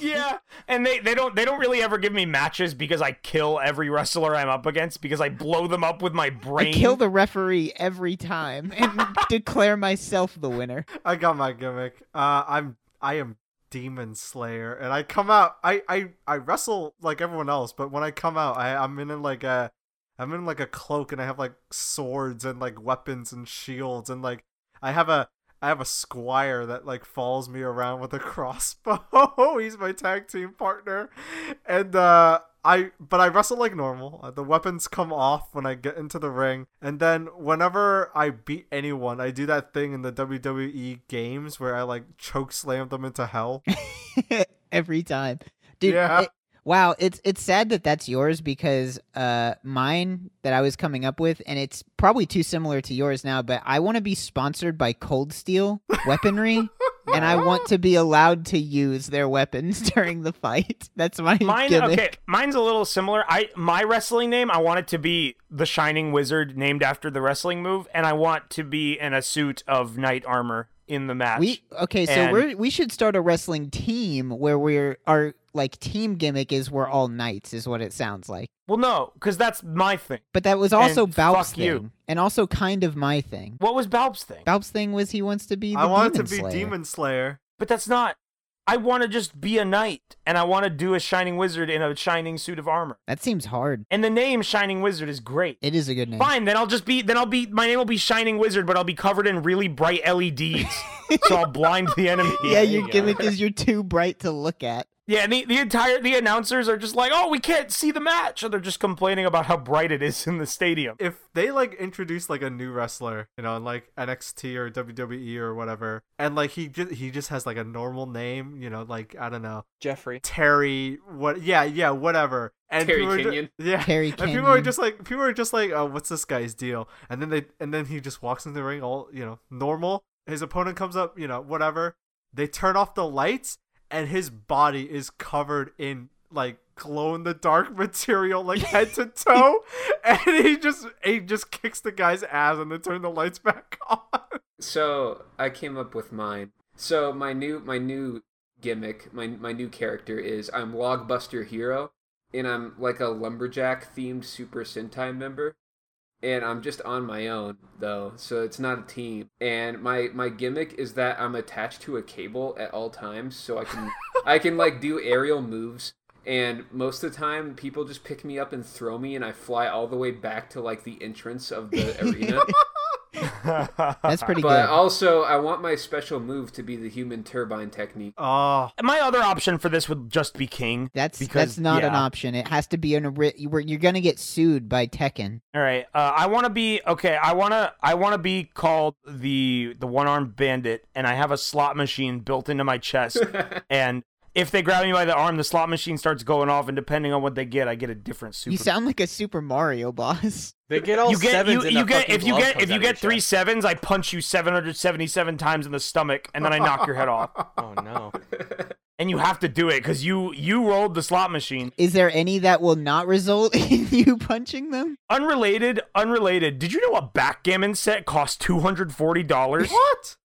S1: yeah. And they, they don't they don't really ever give me matches because I kill every wrestler I'm up against because I blow them up with my
S2: I
S1: brain.
S2: kill the referee every time and declare myself the winner.
S5: I got my gimmick. Uh, I'm I am Demon Slayer, and I come out. I I I wrestle like everyone else, but when I come out, I I'm in like a I'm in like a cloak, and I have like swords and like weapons and shields, and like I have a. I have a squire that like follows me around with a crossbow. He's my tag team partner, and uh, I but I wrestle like normal. Uh, The weapons come off when I get into the ring, and then whenever I beat anyone, I do that thing in the WWE games where I like choke slam them into hell.
S2: every time. Dude,
S5: Yeah.
S2: it- wow, it's it's sad that that's yours because uh mine that I was coming up with and it's probably too similar to yours now, but I want to be sponsored by Cold Steel Weaponry and I want to be allowed to use their weapons during the fight. That's my
S1: Mine
S2: gimmick.
S1: okay, mine's a little similar. I my wrestling name I want it to be the Shining Wizard named after the wrestling move and I want to be in a suit of knight armor in the match.
S2: We okay, so
S1: And-
S2: we we should start a wrestling team where we're our like team gimmick is we're all knights is what it sounds like.
S1: Well, no, because that's my thing.
S2: But that was also
S1: And
S2: Balp's
S1: fuck
S2: thing,
S1: you.
S2: and also kind of my thing.
S1: What was Balb's thing?
S2: Balp's thing was he wants to be. The
S5: I want it to
S2: demon
S5: be
S2: Slayer.
S5: Demon Slayer.
S1: But that's not. I want to just be a knight, and I want to do a shining wizard in a shining suit of armor.
S2: That seems hard.
S1: And the name Shining Wizard is great.
S2: It is a good name.
S1: Fine, then I'll just be. Then I'll be. My name will be Shining Wizard, but I'll be covered in really bright LEDs, so I'll blind the enemy.
S2: Yeah,
S4: you
S2: your
S4: go.
S2: gimmick is you're too bright to look at.
S1: Yeah, and the, the entire the announcers are just like, oh, we can't see the match, and they're just complaining about how bright it is in the stadium.
S5: If they like introduce like a new wrestler, you know, in like NXT or WWE or whatever, and like he just he just has like a normal name, you know, like I don't know
S4: Jeffrey.
S5: Terry, what? Yeah, yeah, whatever. And
S3: Terry
S5: people are ju-
S3: Kenyon.
S5: yeah,
S2: Terry
S5: And people are
S2: Kenyon.
S5: just like people are just like, oh, what's this guy's deal? And then they and then he just walks into the ring all you know normal. His opponent comes up, you know, whatever. They turn off the lights, and his body is covered in like glow in the dark material, like head to toe. and he just he just kicks the guy's ass, and then turn the lights back on.
S3: So I came up with mine. So my new my new gimmick, my my new character is I'm Logbuster Hero, and I'm like a lumberjack themed Super Sentai member, and I'm just on my own though, so it's not a team. And my my gimmick is that I'm attached to a cable at all times, so I can I can like do aerial moves. And most of the time, people just pick me up and throw me, and I fly all the way back to like the entrance of the arena.
S2: That's pretty
S3: But
S2: good.
S3: also, I want my special move to be the human turbine technique.
S5: Oh,
S1: My other option for this would just be King.
S2: that's
S1: because-
S2: that's not an
S1: yeah.
S2: option. It has to be an ori- you were- you're gonna get sued by Tekken.
S1: All right, uh, I want to be okay. I wanna I wanna be called the the one armed bandit, and I have a slot machine built into my chest. and if they grab me by the arm, the slot machine starts going off, and depending on what they get, I get a different super.
S2: You sound like a Super Mario boss.
S4: They get all
S1: you get
S4: sevens
S1: you,
S4: and
S1: you
S4: a
S1: get
S4: fucking
S1: if you
S4: glove
S1: get
S4: comes
S1: if you
S4: out of your
S1: get three
S4: chest.
S1: sevens, I punch you seven hundred seventy seven times in the stomach, and then I knock your head off.
S4: Oh no.
S1: And you have to do it because you you rolled the slot machine.
S2: Is there any that will not result in you punching them?
S1: Unrelated, unrelated. Did you know a backgammon set costs two hundred forty dollars?
S5: what?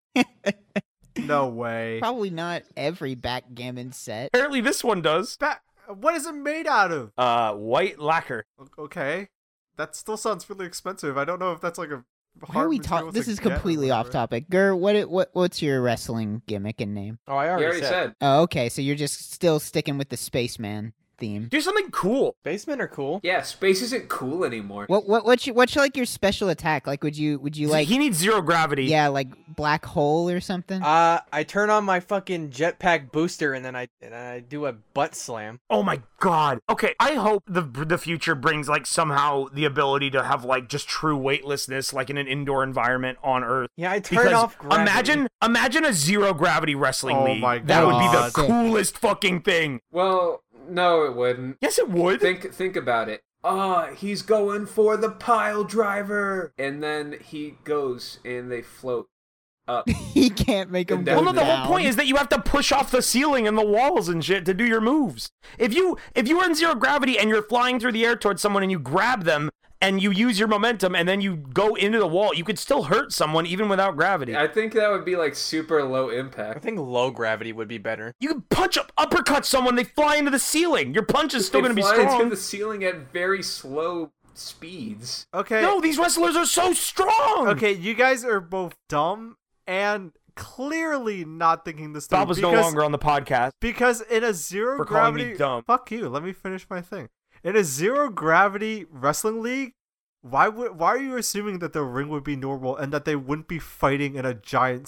S5: no way.
S2: Probably not every backgammon set.
S1: Apparently, this one does.
S5: That, what is it made out of?
S1: Uh, white lacquer.
S5: O- Okay. That still sounds really expensive. I don't know if that's like a
S2: Why
S5: hard
S2: are we
S5: material
S2: talking?
S5: to
S2: This is
S5: get or
S2: completely off
S5: whatever.
S2: topic. Gur, what it- what what's your wrestling gimmick and name?
S4: Oh, I
S3: You
S4: already,
S3: already
S4: said.
S3: said.
S2: Oh, okay. So you're just still sticking with the spaceman theme.
S1: Do something cool.
S4: Basemen are cool.
S3: Yeah, space isn't cool anymore.
S2: What what what's your, what's your, like your special attack? Like would you would you like
S1: he needs zero gravity.
S2: yeah like black hole or something?
S4: Uh, I turn on my fucking jetpack booster and then I and then I do a butt slam.
S1: Oh my god. Okay, I hope the the future brings like somehow the ability to have like just true weightlessness, like in an indoor environment on Earth.
S4: Yeah, I turn
S1: Because
S4: off. Gravity.
S1: imagine imagine a zero gravity wrestling
S5: Oh
S1: league.
S5: my
S1: that would be the
S2: God. Sick.
S1: coolest fucking thing.
S3: Well, no, it wouldn't.
S1: Yes, it would.
S3: Think think about it. Ah, he's going for the pile driver, and then he goes and they float up.
S2: he can't make him
S3: And
S2: go
S1: well, no, the
S2: down.
S1: whole point is that you have to push off the ceiling and the walls and shit to do your moves. If you if you are in zero gravity and you're flying through the air towards someone and you grab them and you use your momentum and then you go into the wall, you could still hurt someone even without gravity.
S3: I think that would be like super low
S4: I
S3: impact.
S4: think low gravity would be better.
S1: You can punch up, uppercut someone, they fly into the ceiling. Your punch is still
S3: They
S1: going to be
S3: fly
S1: strong.
S3: into the ceiling at very slow speeds.
S5: Okay.
S1: No, these wrestlers are so strong.
S5: Okay, you guys are both dumb and clearly not thinking this through
S1: Bob was
S5: because,
S1: no longer on the podcast.
S5: because in a zero
S1: For calling me
S5: gravity
S1: dumb.
S5: fuck you, let me finish my thing. In a zero gravity wrestling league, why would why are you assuming that the ring would be normal and that they wouldn't be fighting in a giant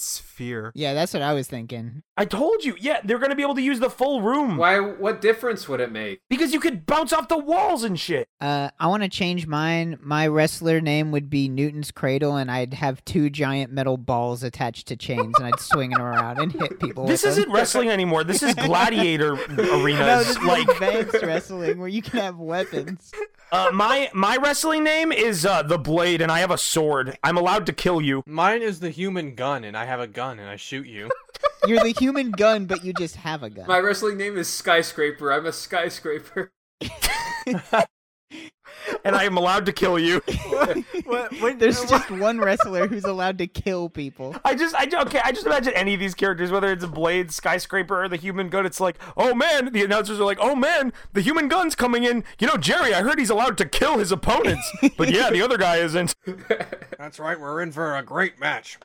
S5: sphere?
S2: Yeah, that's what I was thinking.
S1: I told you. Yeah, they're going to be able to use the full room
S3: Why? What difference would it make?
S1: because you could bounce off the walls and shit.
S2: Uh, I want to change mine. My wrestler name would be Newton's Cradle, and I'd have two giant metal balls attached to chains, and I'd swing them around and hit people.
S1: This
S2: with them.
S1: isn't wrestling anymore. This is gladiator
S2: no, this
S1: arenas.
S2: is
S1: like
S2: advanced wrestling where you can have weapons.
S1: uh, my my wrestling name is uh, the Blade, and I have a sword. I'm allowed to kill you.
S4: Mine is the human gun, and I have a gun, and I shoot you.
S2: You're the human gun, but you just have a gun.
S3: My wrestling name is Skyscraper. I'm a skyscraper.
S1: and I am allowed to kill you.
S5: What, when,
S2: There's
S5: what-
S2: just one wrestler who's allowed to kill people.
S1: I just, I okay, I just imagine any of these characters, whether it's a blade, skyscraper, or the human gun. It's like, oh man, the announcers are like, oh man, the human gun's coming in. You know, Jerry, I heard he's allowed to kill his opponents, but yeah, the other guy isn't.
S4: That's right, we're in for a great match.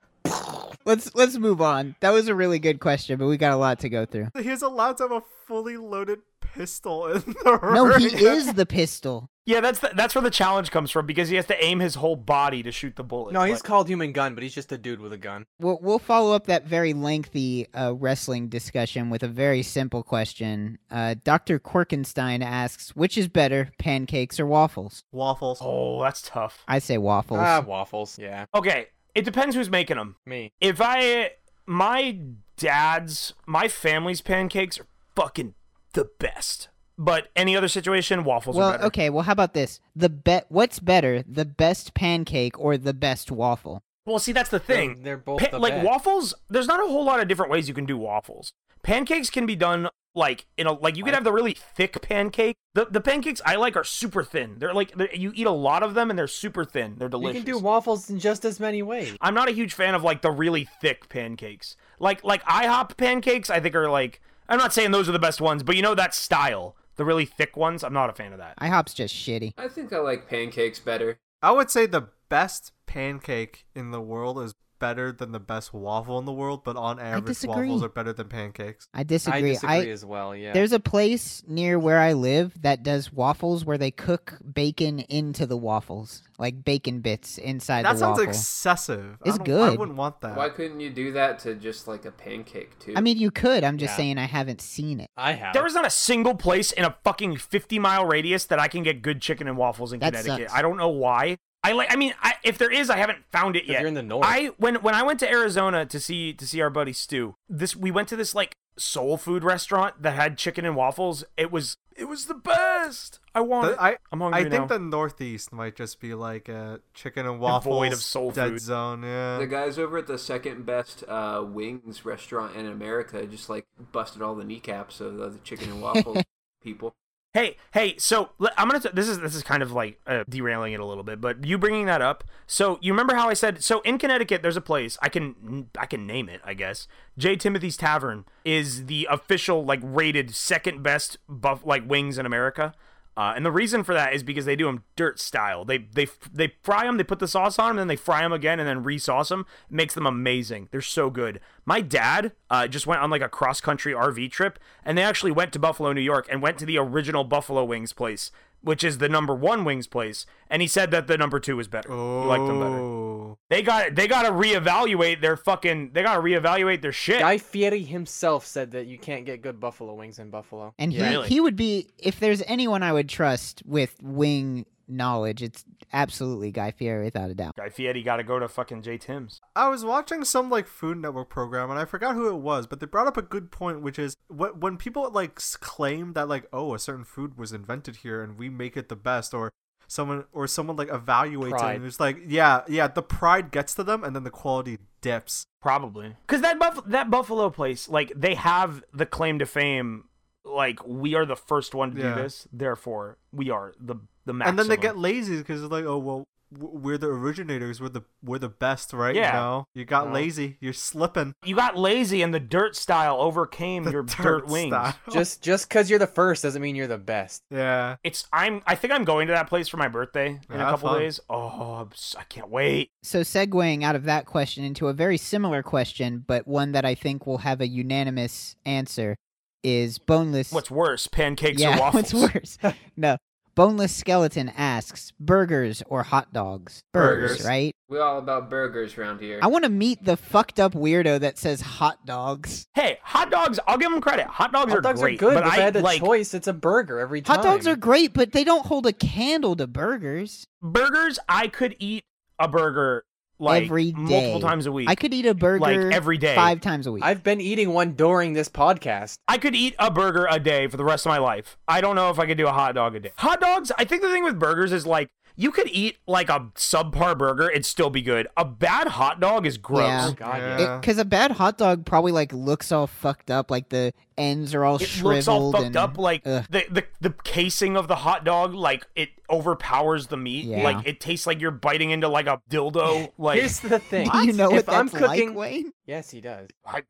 S2: Let's let's move on. That was a really good question, but we got a lot to go through.
S5: he's allowed to have a fully loaded pistol in the ring.
S2: No, he is the pistol.
S1: Yeah, that's the, that's where the challenge comes from because he has to aim his whole body to shoot the bullet.
S4: No, he's
S1: Like,
S4: called Human Gun, but he's just a dude with a gun.
S2: We'll, we'll follow up that very lengthy uh, wrestling discussion with a very simple question. Uh, Dr. Korkenstein asks, which is better, pancakes or waffles?
S5: Waffles.
S1: oh, that's tough.
S2: I say waffles.
S4: Ah, waffles. Yeah,
S1: Okay, it depends who's making them.
S4: me.
S1: if I my dad's my family's pancakes are fucking the best. But any other situation, waffles are
S2: well,
S1: better.
S2: okay, well how about this? The bet what's better, the best pancake or the best waffle?
S1: Well, see, that's the thing.
S4: They're- they're both the
S1: like
S4: best.
S1: waffles. There's not a whole lot of different ways you can do waffles. Pancakes can be done like in a like you could have the really thick pancake. The the pancakes I like are super thin. They're like they're, you eat a lot of them and they're super thin. They're delicious.
S4: You can do waffles in just as many ways.
S1: I'm not a huge fan of like the really thick pancakes. Like like IHOP pancakes, I think are like I'm not saying those are the best ones, but you know that style, the really thick ones. I'm not a fan of that.
S2: IHOP's just shitty.
S3: I think I like pancakes better.
S5: I would say the best pancake in the world is better than the best waffle in the world, but on average,
S2: disagree.
S5: waffles are better than pancakes.
S2: I disagree.
S4: I disagree as well. Yeah.
S2: There's a place near where I live that does waffles where they cook bacon into the waffles, like bacon bits inside
S5: That
S2: the
S5: sounds
S2: waffle.
S5: excessive. I
S2: It's
S5: don't- I
S2: good.
S5: wouldn't want that.
S3: Why couldn't you do that to just like a pancake too?
S2: I mean, you could. I'm just
S4: Yeah.
S2: saying I haven't seen it.
S4: I have.
S1: There is not a single place in a fucking 50 mile radius that I can get good chicken and waffles in
S2: That
S1: Connecticut.
S2: sucks.
S1: I don't know why. I like. I mean, I, if there is, I haven't found it
S4: If
S1: yet.
S4: you're in the north.
S1: I when when I went to Arizona to see to see our buddy Stu. This we went to this like soul food restaurant that had chicken and waffles. It was it was the best. I want.
S5: The-
S1: it.
S5: I,
S1: I'm hungry
S5: I think
S1: now.
S5: the Northeast might just be like a chicken and waffles
S1: Devoid of soul
S5: dead
S1: food.
S5: zone. Yeah.
S3: the guys over at the second best uh, wings restaurant in America just like busted all the kneecaps of the chicken and waffle people.
S1: Hey, hey, so le- I'm gonna. T- this is this is kind of like uh, derailing it a little bit, but you bringing that up. So you remember how I said so in Connecticut, there's a place I can I can name it, I guess. J Timothy's Tavern is the official like rated second best buff like wings in America, uh, and the reason for that is because they do them dirt style. They they f- they fry them, they put the sauce on them, then they fry them again, and then re-sauce them. It makes them amazing. They're so good. My dad uh, just went on like a cross country RV trip, and they actually went to Buffalo, New York, and went to the original Buffalo Wings place, which is the number one wings place. And he said that the number two was better.
S5: oh.
S1: He liked them better. They got they got to reevaluate their fucking. They got to reevaluate their shit.
S4: Guy Fieri himself said that you can't get good buffalo wings in Buffalo.
S2: And he,
S1: Really?
S2: he would be, if there's anyone I would trust with wing knowledge, it's absolutely Guy Fieri without a doubt.
S1: Guy Fieri got to go to fucking J Tim's.
S5: I was watching some like Food Network program and I forgot who it was, but they brought up a good point, which is what when people like s- claim that like oh a certain food was invented here and we make it the best, or someone or someone like evaluates it
S4: Pride.
S5: and it's like yeah yeah the pride gets to them and then the quality dips.
S1: Probably. Because that buff- that Buffalo place, like they have the claim to fame. Like we are the first one to
S5: Yeah.
S1: do this, therefore we are the the maximum.
S5: And then they get lazy because they're like, oh well, w- we're the originators, we're the we're the best, right?
S1: Yeah.
S5: You know, you got
S4: No.
S5: lazy, you're slipping.
S1: you got lazy, and the dirt style overcame
S5: The
S1: your dirt, wings.
S5: style.
S4: Just just cause you're the first doesn't mean you're the best.
S5: yeah,
S1: It's I'm I think I'm going to that place for my birthday in a
S5: Yeah,
S1: couple
S5: fun.
S1: days. Oh, I'm s- I can't wait.
S2: So, segueing out of that question into a very similar question, but one that I think will have a unanimous answer is boneless.
S1: What's worse, pancakes
S2: yeah,
S1: or waffles?
S2: What's worse? no. Boneless Skeleton asks, burgers or hot dogs?
S3: Burgers.
S2: right?
S3: We're all about burgers around here.
S2: I want to meet the fucked up weirdo that says hot dogs.
S1: Hey, hot dogs. I'll give them credit. Hot dogs
S4: Hot
S1: are
S4: dogs
S1: great,
S4: are good,
S1: but
S4: but if I had the
S1: like
S4: choice, it's a burger every time.
S2: Hot dogs are great, but they don't hold a candle to burgers.
S1: burgers. I could eat a burger like
S2: every day.
S1: multiple times a week.
S2: I could eat a burger
S1: like every day.
S2: five times a week.
S4: I've been eating one during this podcast.
S1: I could eat a burger a day for the rest of my life. I don't know if I could do a hot dog a day. Hot dogs, I think the thing with burgers is like you could eat like a subpar burger and still be good. A bad hot dog is gross.
S2: Yeah.
S4: Oh god, yeah.
S3: uh,
S5: Yeah.
S2: Because a bad hot dog probably like looks all fucked up, like the ends are all
S1: It
S2: shriveled
S1: looks all fucked
S2: and
S1: up. Like
S2: ugh.
S1: the, the the casing of the hot dog, like it overpowers the meat.
S2: Yeah.
S1: Like it tastes like you're biting into like a dildo. Like
S4: Here's the thing.
S2: Do you know what
S4: if I'm
S2: that's
S4: cooking,
S2: like, Wayne?
S4: yes, he does.
S1: I,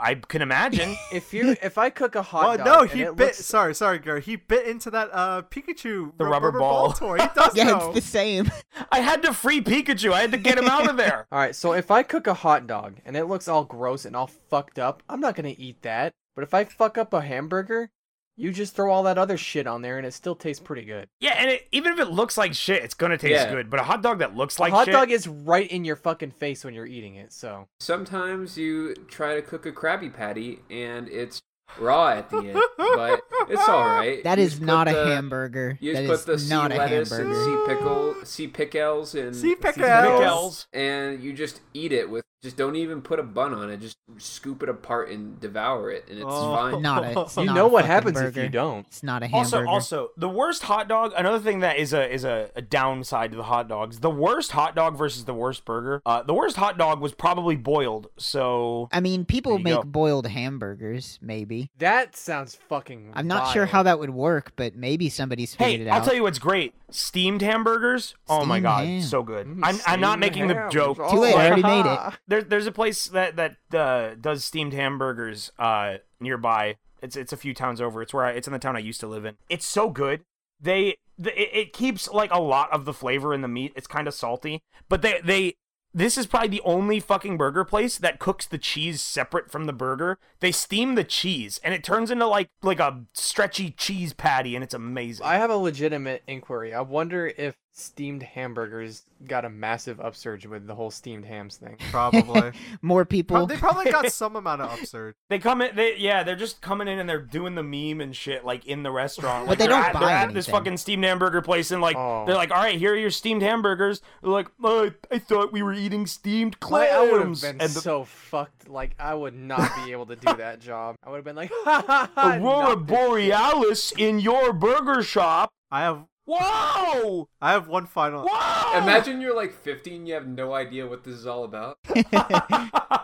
S1: I can imagine.
S4: If you if I cook a hot
S5: well,
S4: dog,
S5: no,
S4: and
S5: he
S4: it
S5: bit.
S4: looks-
S5: Sorry, sorry, girl. He bit into that uh Pikachu
S1: The
S5: ru-
S1: rubber ball.
S5: toy. He does
S2: Yeah,
S5: know.
S2: it's the same.
S1: I had to free Pikachu. I had to get him out of there.
S4: All right, so if I cook a hot dog and it looks all gross and all fucked up, I'm not gonna eat that. But if I fuck up a hamburger, you just throw all that other shit on there and it still tastes pretty good.
S1: Yeah, and it, even if it looks like shit, it's gonna taste
S3: Yeah.
S1: good. But a hot dog that looks like
S4: hot
S1: shit,
S4: dog is right in your fucking face when you're eating it. So
S3: Sometimes you try to cook a Krabby Patty and it's raw at the end, but it's all right.
S2: That
S3: You
S2: is
S3: just put
S2: not a
S3: the-
S2: hamburger.
S3: You
S2: That
S3: just put the
S2: is
S3: sea
S2: not a
S3: lettuce and
S2: hamburger.
S3: sea pickle, sea pickles and
S5: Sea
S1: pickles.
S5: pickles.
S3: and you just eat it with. Just don't even put a bun on it. Just scoop it apart and devour it, and it's
S5: Oh.
S3: fine.
S2: Not a. it's
S5: You
S4: you
S2: not
S4: know
S2: a
S4: what
S2: fucking
S4: happens if
S2: burger.
S4: you don't.
S2: It's not a hamburger.
S1: Also, also the worst hot dog. Another thing that is a is a, a downside to the hot dogs. The worst hot dog versus the worst burger. Uh, the worst hot dog was probably boiled. So
S2: I mean, people
S1: you
S2: make
S1: go.
S2: boiled hamburgers. Maybe
S4: That sounds fucking.
S2: I'm not sure
S4: vile.
S2: how that would work, but maybe somebody's figured
S1: hey,
S2: it
S1: I'll
S2: out.
S1: tell you what's great: steamed hamburgers. oh my
S2: Steamed
S1: god,
S2: ham.
S1: so good.
S4: Mm,
S1: I'm I'm not
S4: steamed
S1: making the
S4: hams.
S1: joke.
S4: Oh,
S2: Too late, I already made it.
S4: ha.
S1: There's there's a place that that uh, does steamed hamburgers uh, nearby. It's it's a few towns over. It's where I, it's in the town I used to live in. It's so good. They the, it, it keeps like a lot of the flavor in the meat. It's kind of salty, but they they this is probably the only fucking burger place that cooks the cheese separate from the burger. They steam the cheese and it turns into like like a stretchy cheese patty and it's amazing.
S4: I have a legitimate inquiry. I wonder if steamed hamburgers got a massive upsurge with the whole steamed hams thing.
S5: Probably.
S2: More
S5: Prob-
S2: people.
S5: they probably got some amount of upsurge.
S1: They come in, they yeah, they're just coming in and they're doing the meme and shit like in the restaurant.
S2: But
S1: Like,
S2: they
S1: they're
S2: don't
S1: at,
S2: buy
S1: They're at this
S2: anything.
S1: fucking steamed hamburger place and like
S4: Oh.
S1: they're like, all right, here are your steamed hamburgers. They're like, oh, I thought we were eating steamed
S4: Like,
S1: clams.
S4: I would have been
S1: and the
S4: so fucked. Like I would not be able to do that job. I would have been like, ha ha ha.
S1: aurora
S4: knock this
S1: borealis in your burger shop.
S5: I have
S1: Whoa!
S5: I have one final.
S1: Whoa!
S3: Imagine you're like 15, you have no idea what this is all about.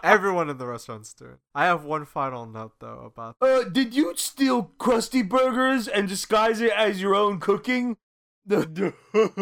S5: Everyone in the restaurant's doing. I have one final note though about.
S1: Uh, did you steal crusty burgers and disguise it as your own cooking?
S5: I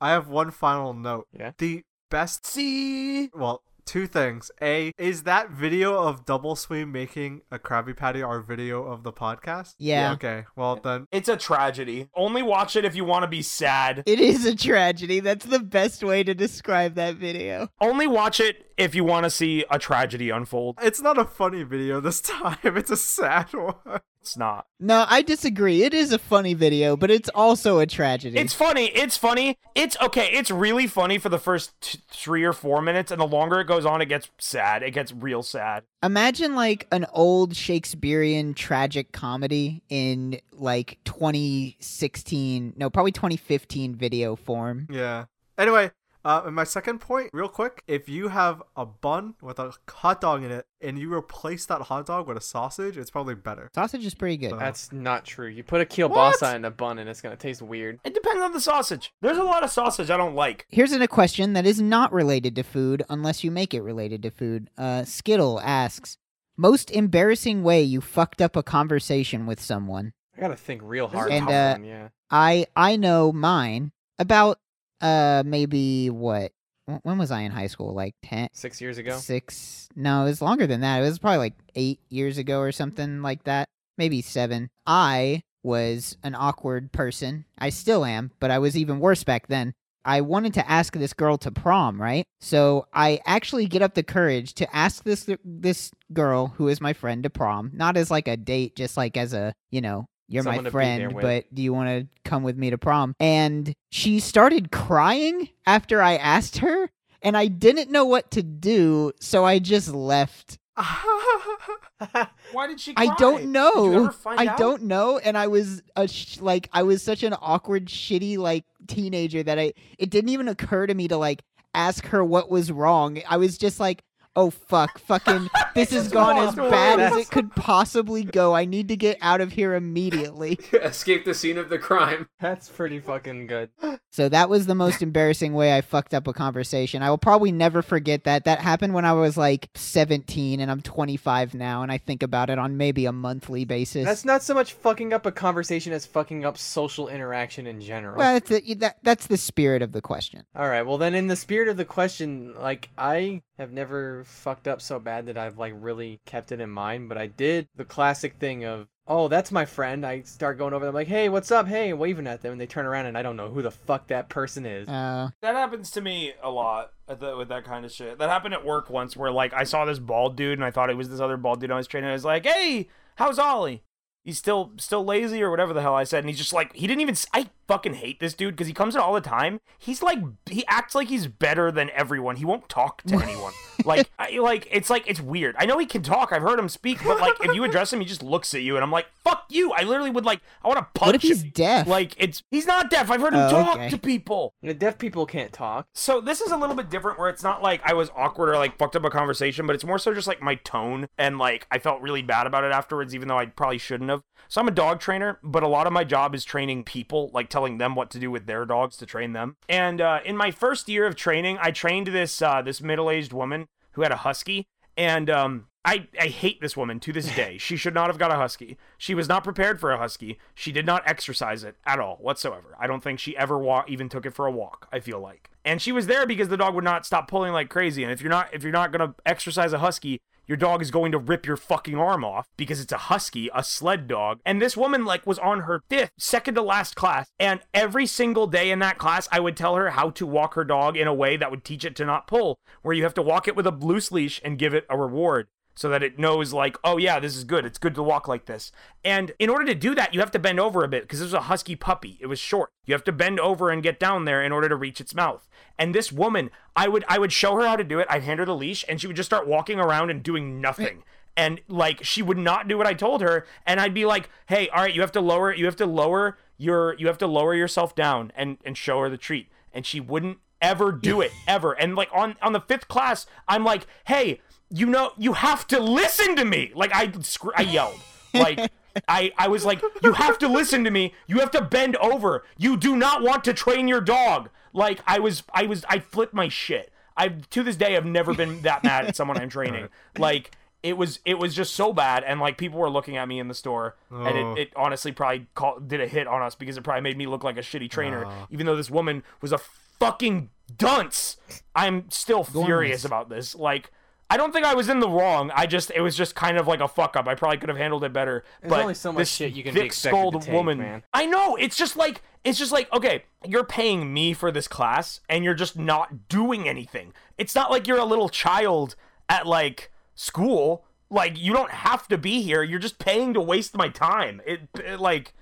S5: have one final note.
S4: Yeah.
S5: The best
S1: See,
S5: Well, two things. A is that video of Double Swing making a Krabby Patty our video of the podcast.
S2: Yeah.
S5: Okay. Well then,
S1: it's a tragedy. Only watch it if you want to be sad.
S2: It is a tragedy. That's the best way to describe that video.
S1: only watch it if you want to see a tragedy unfold.
S5: it's not a funny video this time. It's a sad one.
S1: It's not.
S2: No, I disagree. It is a funny video, but it's also a tragedy.
S1: It's funny. It's funny. It's okay. It's really funny for the first t- three or four minutes, and the longer it goes on, it gets sad. It gets real sad.
S2: Imagine like an old Shakespearean tragic comedy in like 2016, no, probably 2015 video form.
S5: Yeah. Anyway. Uh, and my second point, real quick, if you have a bun with a hot dog in it and you replace that hot dog with a sausage, it's probably better.
S2: Sausage is pretty good.
S5: So-
S4: That's not true. You put a
S5: What?
S4: kielbasa in a bun and it's gonna taste weird.
S1: It depends on the sausage. There's a lot of sausage I don't like.
S2: Here's a question that is not related to food unless you make it related to food. Uh, Skittle asks, most embarrassing way you fucked up a conversation with someone.
S4: I gotta think real
S5: This is
S4: hard.
S5: a
S4: on
S2: tough
S4: that
S2: one.
S4: one,
S1: uh,
S4: yeah.
S2: I I know mine about uh maybe what wh- when was I in high school? Like 10
S4: Six years ago.
S2: six no it was longer than that it was probably like eight years ago or something like that maybe seven i was an awkward person i still am but i was even worse back then i wanted to ask this girl to prom right so i actually get up the courage to ask this this girl who is my friend to prom not as like a date just like as a you know you're
S4: Someone
S2: my
S4: to be there
S2: friend
S4: with.
S2: but do you want to come with me to prom and she started crying after i asked her and I didn't know what to do, so I just left.
S1: Why did she?
S2: I don't know.
S1: Did you ever find
S2: I
S1: out?
S2: don't know, and I was a sh- like I was such an awkward, shitty like teenager that I it didn't even occur to me to like ask her what was wrong. I was just like, oh fuck, fucking, this has gone as bad as it could possibly go. I need to get out of here immediately.
S3: Escape the scene of the crime.
S4: That's pretty fucking good.
S2: So that was the most embarrassing way I fucked up a conversation. I will probably never forget that. That happened when I was like 17 and I'm 25 now, and I think about it on maybe a monthly basis.
S4: That's not so much fucking up a conversation as fucking up social interaction in general.
S2: well, that's the, that, that's the spirit of the question.
S4: All right. Well, then, in the spirit of the question, like I have never fucked up so bad that I've like really kept it in mind, but I did the classic thing of, oh, that's my friend. I start going over them like, hey, what's up? Hey, and waving at them, and they turn around and I don't know who the fuck that person is.
S2: Uh,
S1: That happens to me a lot at the- with that kind of shit. That happened at work once where, like, I saw this bald dude and I thought it was this other bald dude I was training. I was like, hey, how's Ollie? He's still still lazy or whatever the hell I said. And he's just like, he didn't even. s- I fucking hate this dude because he comes in all the time. He's like, he acts like he's better than everyone. He won't talk to anyone. like, I, like it's like, it's weird. I know he can talk. I've heard him speak. But, like, if you address him, he just looks at you. And I'm like, fuck you. I literally would, like, I want to punch
S2: what if he's
S1: him.
S2: deaf?
S1: Like, it's. He's not deaf. I've heard him
S2: Oh,
S1: talk
S2: okay.
S1: to people.
S4: You know, deaf people can't talk.
S1: So this is a little bit different where it's not like I was awkward or like fucked up a conversation, but it's more so just like my tone and like I felt really bad about it afterwards, even though I probably shouldn't have. So I'm a dog trainer, but a lot of my job is training people, like telling them what to do with their dogs to train them. And uh, in my first year of training, I trained this uh, this middle aged woman who had a husky, and um, I I hate this woman to this day. She should not have got a husky. She was not prepared for a husky. She did not exercise it at all whatsoever. I don't think she ever wa- even took it for a walk. I feel like, and she was there because the dog would not stop pulling like crazy. And if you're not if you're not gonna exercise a husky, your dog is going to rip your fucking arm off because it's a husky, a sled dog. And this woman like was on her fifth, second to last class, and every single day in that class I would tell her how to walk her dog in a way that would teach it to not pull, where you have to walk it with a loose leash and give it a reward so that it knows like oh yeah this is good it's good to walk like this and in order to do that you have to bend over a bit because this was a husky puppy it was short you have to bend over and get down there in order to reach its mouth and this woman i would i would show her how to do it i'd hand her the leash and she would just start walking around and doing nothing and like she would not do what i told her and i'd be like hey all right you have to lower you have to lower your you have to lower yourself down and and show her the treat and she wouldn't ever do it ever and like on on the fifth class i'm like hey you know you have to listen to me like i scr- i yelled like I, I was like, you have to listen to me. You have to bend over. You do not want to train your dog. Like I was, I was, I flipped my shit. I to this day have never been that mad at someone I'm training. Like it was, it was just so bad, and like people were looking at me in the store,
S5: Oh.
S1: and it, it honestly probably call, did a hit on us because it probably made me look like a shitty trainer, even though this woman was a fucking dunce. I'm still furious about this. Like. I don't think I was in the wrong. I just it was just kind of like a fuck up. I probably could have handled it better.
S4: There's
S1: but
S4: only so much
S1: this
S4: shit you can be expected to
S1: thick-skulled
S4: take, man.
S1: I know. It's just like it's just like okay, you're paying me for this class, and you're just not doing anything. It's not like you're a little child at like school. Like you don't have to be here. You're just paying to waste my time. It, it like,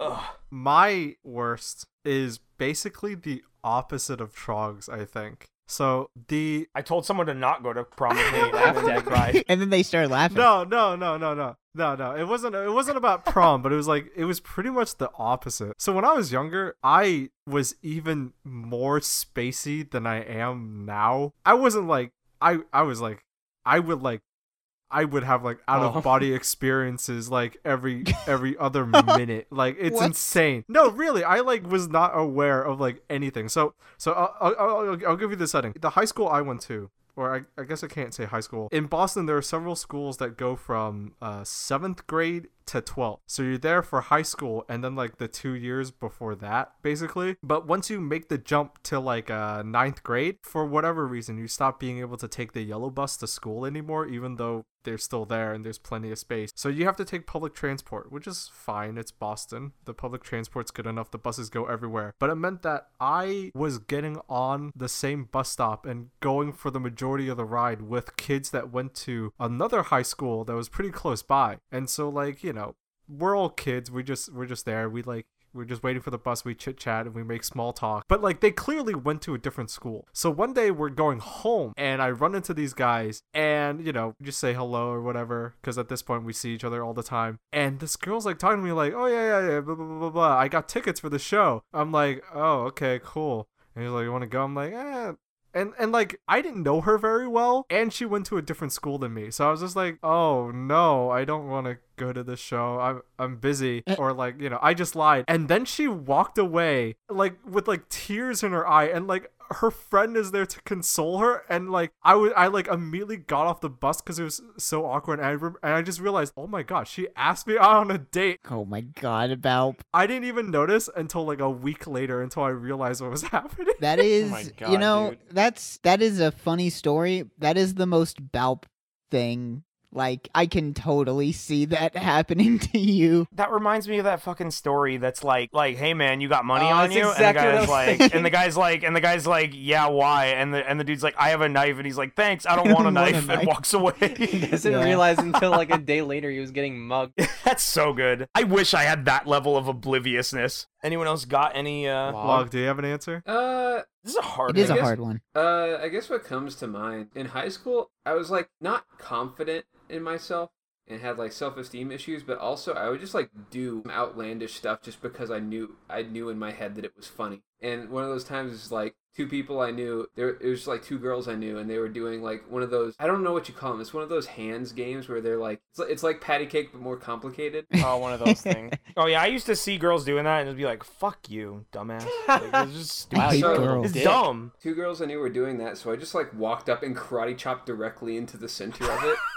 S1: ugh.
S5: my worst is basically the opposite of Trog's, I think. So the
S1: I told someone to not go to prom with me, and then I cried.
S2: and then they start laughing.
S5: no, no, no, no, no, no, no. It wasn't. It wasn't about prom, but it was like it was pretty much the opposite. So when I was younger, I was even more spacey than I am now. I wasn't like I. I was like I would like. I would have like out
S4: Oh.
S5: of body experiences like every every other minute. Like it's
S2: What?
S5: insane. No, really, I like was not aware of like anything. So so I'll, I'll, I'll, I'll give you the setting. The high school I went to, or I, I guess I can't say high school. In Boston, there are several schools that go from uh, seventh grade to 12th. So you're there for high school and then like the two years before that, basically. But once you make the jump to like uh, ninth grade, for whatever reason, you stop being able to take the yellow bus to school anymore, even though they're still there and there's plenty of space. So you have to take public transport, which is fine. It's Boston. The public transport's good enough. The buses go everywhere. But it meant that I was getting on the same bus stop and going for the majority of the ride with kids that went to another high school that was pretty close by. And so like, you know, we're all kids. We just we're just there. We like we're just waiting for the bus. We chit chat and we make small talk. But like they clearly went to a different school. So one day we're going home and I run into these guys and you know just say hello or whatever because at this point we see each other all the time. And this girl's like talking to me like, oh yeah yeah yeah blah blah blah blah. blah. I got tickets for the show. I'm like, oh okay cool. And he's like, you want to go? I'm like, eh, And and like I didn't know her very well, and she went to a different school than me, so I was just like, oh no, I don't want to go to the show. I'm I'm busy,
S2: Eh.
S5: or like you know, I just lied. And then she walked away, like with like tears in her eye, and like her friend is there to console her, and like I was I like immediately got off the bus because it was so awkward, and I rem- and I just realized, oh my god, she asked me out on a date.
S2: Oh my god, about
S5: I didn't even notice until like a week later until I realized what was happening.
S2: that is
S4: my
S2: you
S4: God,
S2: know
S4: dude.
S2: that's that is a funny story. That is the most balp thing. Like I can totally see that happening to you.
S1: That reminds me of that fucking story that's like, like, hey man, you got money
S4: Oh,
S1: on
S4: that's
S1: you,
S4: exactly what
S1: and the guy's
S4: I was
S1: like,
S4: thinking.
S1: and the guy's like, and the guy's like, yeah, why? And the and the dude's like, I have a knife, and he's like, thanks, I don't want a
S2: What a
S1: knife,
S2: knife.
S1: and walks away.
S4: He doesn't
S2: Yeah.
S4: realize until like a day later he was getting mugged.
S1: That's so good. I wish I had that level of obliviousness. Anyone else got any? uh
S4: Wow.
S5: Log, do you have an answer?
S3: Uh,
S1: This is a hard.
S2: It is
S1: one.
S2: a
S3: guess-
S2: hard one.
S3: uh, I guess what comes to mind in high school, I was like not confident in myself and had like self-esteem issues, but also I would just like do outlandish stuff just because I knew I knew in my head that it was funny. And one of those times is like two people I knew. There it was like two girls I knew, and they were doing like one of those. I don't know what you call them. It's one of those hands games where they're like it's, it's like patty cake but more complicated.
S4: Oh, one of those things.
S1: Oh yeah, I used to see girls doing that and it'd be like, "Fuck you, dumbass." Like, it's just
S2: I
S1: stupid.
S2: hate
S3: so-
S2: girls.
S1: It's dumb.
S3: Two girls I knew were doing that, so I just like walked up and karate chopped directly into the center of it.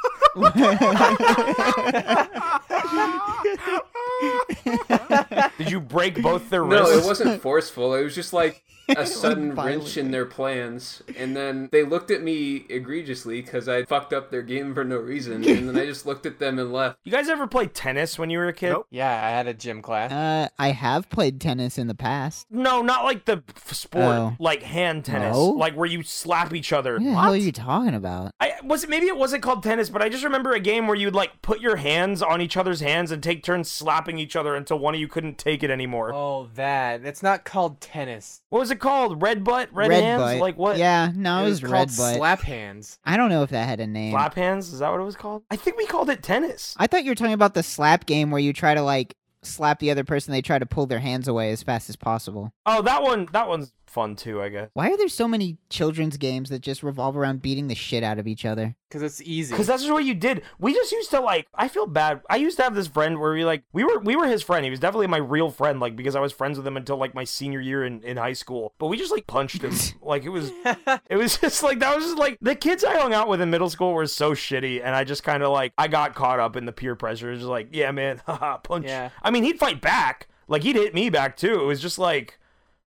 S1: Did you break both their
S3: No,
S1: wrists?
S3: it wasn't forceful. It was just like a sudden
S2: violent.
S3: wrench in their plans. And then they looked at me egregiously because I fucked up their game for no reason. And then I just looked at them and left.
S1: You guys ever play tennis when you were a kid?
S5: Nope.
S4: Yeah, I had a gym class.
S2: Uh, I have played tennis in the past.
S1: No, not like the f- sport,
S2: Oh.
S1: like hand tennis,
S2: No?
S1: like where you slap each other.
S2: What the hell are you talking about?
S1: I was it maybe it wasn't called tennis, but I just remember a game where you'd like put your hands on each other's hands and take turns slapping each other until one of you couldn't take it anymore.
S4: Oh, that. It's not called tennis.
S1: What was it called? Red butt, red, hands,
S2: butt.
S1: like what?
S2: Yeah, no, it was,
S4: called
S2: red butt.
S4: slap hands.
S2: I don't know if that had a name.
S1: Flap hands? Is that what it was called? I think we called it tennis.
S2: I thought you were talking about the slap game where you try to like slap the other person. They try to pull their hands away as fast as possible.
S1: Oh, that one. That one's fun too, I guess.
S2: Why are there so many children's games that just revolve around beating the shit out of each other?
S4: Because it's easy.
S1: Because that's just what you did. We just used to like. I feel bad. I used to have this friend where we like we were we were his friend. He was definitely my real friend, like because I was friends with him until like my senior year in in high school. But we just like punched him. like it was It was just like that was just like the kids I hung out with in middle school were so shitty, and I just kind of like I got caught up in the peer pressure. It was just like, yeah, man, haha, punch.
S4: Yeah.
S1: I mean, he'd fight back. Like he'd hit me back too. It was just like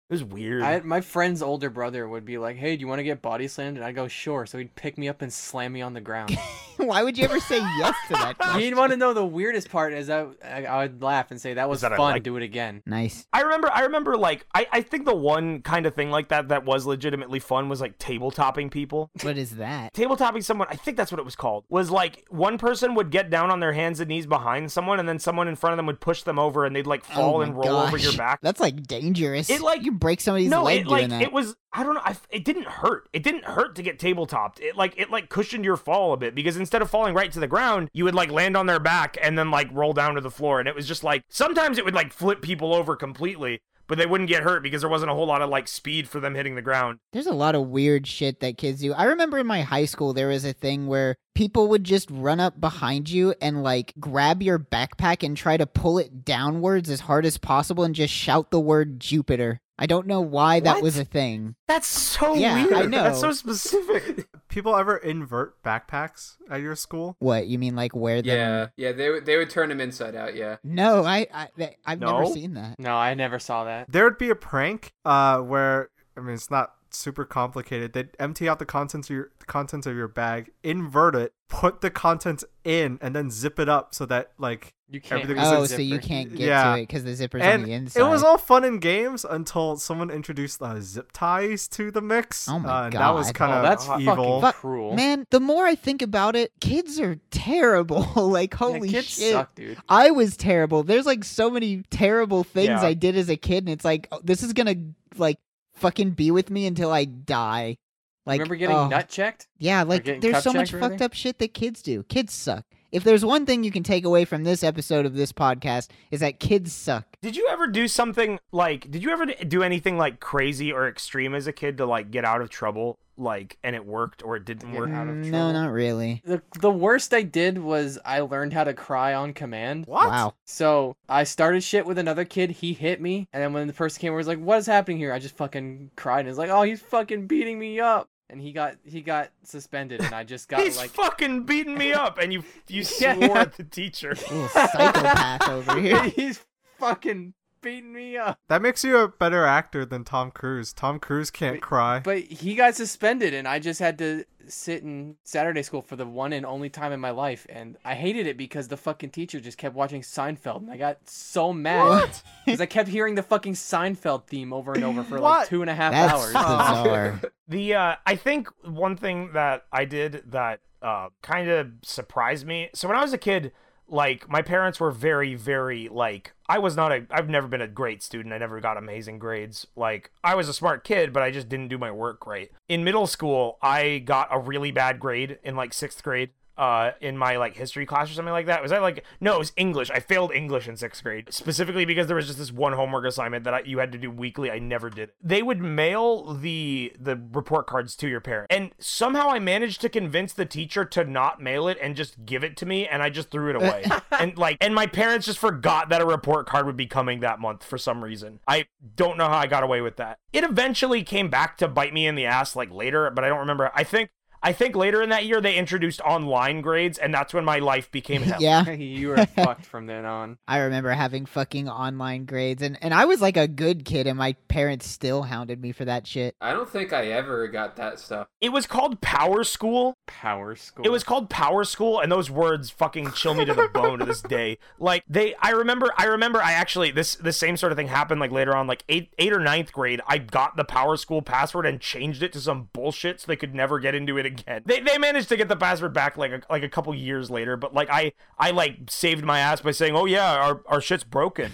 S1: it was weird.
S4: I, my friend's older brother would be like, "Hey, do you want to get body slammed?" And I'd go, "Sure." So he'd pick me up and slam me on the ground.
S2: Why would you ever say yes to that? question?
S4: You'd want to know the weirdest part is that I, I would laugh and say, "That was
S1: that I
S4: fun.
S1: like-
S4: do it again."
S2: Nice.
S1: I remember, I remember, like, I, I think the one kind of thing like that that was legitimately fun was like tabletopping people.
S2: What is that?
S1: Tabletopping someone, I think that's what it was called, was like one person would get down on their hands and knees behind someone, and then someone in front of them would push them over, and they'd like fall
S2: oh
S1: and
S2: my
S1: roll over
S2: gosh.
S1: your back.
S2: That's like dangerous.
S1: It, like-
S2: you break somebody's
S1: no,
S2: leg
S1: it
S2: doing
S1: like
S2: that.
S1: it was. I don't know. I, it didn't hurt. It didn't hurt to get tabletopped. It like it like cushioned your fall a bit because instead of falling right to the ground, you would like land on their back and then like roll down to the floor. And it was just like sometimes it would like flip people over completely, but they wouldn't get hurt because there wasn't a whole lot of like speed for them hitting the ground.
S2: There's a lot of weird shit that kids do. I remember in my high school there was a thing where people would just run up behind you and like grab your backpack and try to pull it downwards as hard as possible and just shout the word Jupiter. I don't know why that
S1: What?
S2: was a thing.
S1: That's so
S2: Yeah, I
S1: weird.
S2: know.
S1: That's so specific.
S5: People ever invert backpacks at your school?
S2: What you mean like wear them?
S3: Yeah. Yeah. They, would- they would turn them inside out. Yeah.
S2: No, I, I th- I've never
S1: No?
S2: seen that.
S4: No, I never saw that.
S5: There would be a prank uh, where I mean it's not super complicated. They'd empty out the contents of your the contents of your bag, invert it, put the contents in, and then zip it up so that like
S4: You can't.
S5: Everything was
S4: use a
S2: Oh, so you
S4: zipper.
S2: can't get
S5: Yeah.
S2: to it because the zipper's
S5: and
S2: on the inside.
S5: it was all fun and games until someone introduced uh, zip ties to the mix.
S2: Oh my
S5: uh, and That was
S2: God.
S5: kind
S4: Oh,
S5: of
S4: that's
S5: evil.
S4: fucking cruel.
S2: Man, the more I think about it, kids are terrible. like
S4: Yeah,
S2: holy
S4: kids
S2: shit.
S4: suck, dude.
S2: I was terrible. There's like so many terrible things
S1: Yeah.
S2: I did as a kid, and it's like oh, this is gonna like fucking be with me until I die. Like
S4: Remember getting
S2: oh,
S4: nut checked?
S2: Yeah, like
S4: getting
S2: there's
S4: cup
S2: so much
S4: checked or
S2: fucked
S4: anything?
S2: up shit that kids do. Kids suck, If there's one thing you can take away from this episode of this podcast is that kids suck.
S1: Did you ever do something like? Did you ever do anything like crazy or extreme as a kid to like get out of trouble? Like, and it worked or it didn't
S4: Get
S1: work?
S4: out of
S2: Mm, No,
S4: trouble.
S2: not really.
S4: The, the worst I did was I learned how to cry on command.
S5: What?
S2: Wow.
S4: So I started shit with another kid. He hit me, and then when the person came over, was like, "What is happening here?" I just fucking cried and was like, "Oh, he's fucking beating me up." And he got he got suspended, and I just got
S1: He's
S4: like
S1: fucking beating me up, and you you
S4: Yeah.
S1: swore at the teacher.
S2: Little psychopath over here.
S4: he's fucking beating me up.
S5: That makes you a better actor than Tom Cruise. Tom Cruise can't
S4: Wait,
S5: cry.
S4: But he got suspended, and I just had to sit in Saturday school for the one and only time in my life, and I hated it because the fucking teacher just kept watching Seinfeld, and I got so mad
S2: What?
S4: because I kept hearing the fucking Seinfeld theme over and over for
S5: What?
S4: like two and a half
S2: That's
S4: hours.
S5: Oh.
S2: bizarre.
S1: The uh, I think one thing that I did that uh, kind of surprised me. So when I was a kid, like my parents were very, very like I was not a. I've never been a great student. I never got amazing grades. Like I was a smart kid, but I just didn't do my work right. In middle school, I got a really bad grade in like sixth grade. Uh, in my like history class or something like that was I like no it was English I failed English in sixth grade specifically because there was just this one homework assignment that I, you had to do weekly I never did it. they would mail the the report cards to your parent and somehow I managed to convince the teacher to not mail it and just give it to me and I just threw it away and like and my parents just forgot that a report card would be coming that month for some reason I don't know how I got away with that it eventually came back to bite me in the ass like later but I don't remember I think I think later in that year they introduced online grades, and that's when my life became hell.
S2: Yeah.
S4: you were fucked from then on.
S2: I remember having fucking online grades and, and I was like a good kid and my parents still hounded me for that shit.
S3: I don't think I ever got that stuff.
S1: It was called Power School.
S4: Power school.
S1: It was called Power School, and those words fucking chill me to the bone to this day. Like they, I remember, I remember, I actually this the same sort of thing happened like later on, like eight eight or ninth grade. I got the Power School password and changed it to some bullshit so they could never get into it again. They they managed to get the password back like a, like a couple years later, but like I I like saved my ass by saying, oh yeah, our our shit's broken,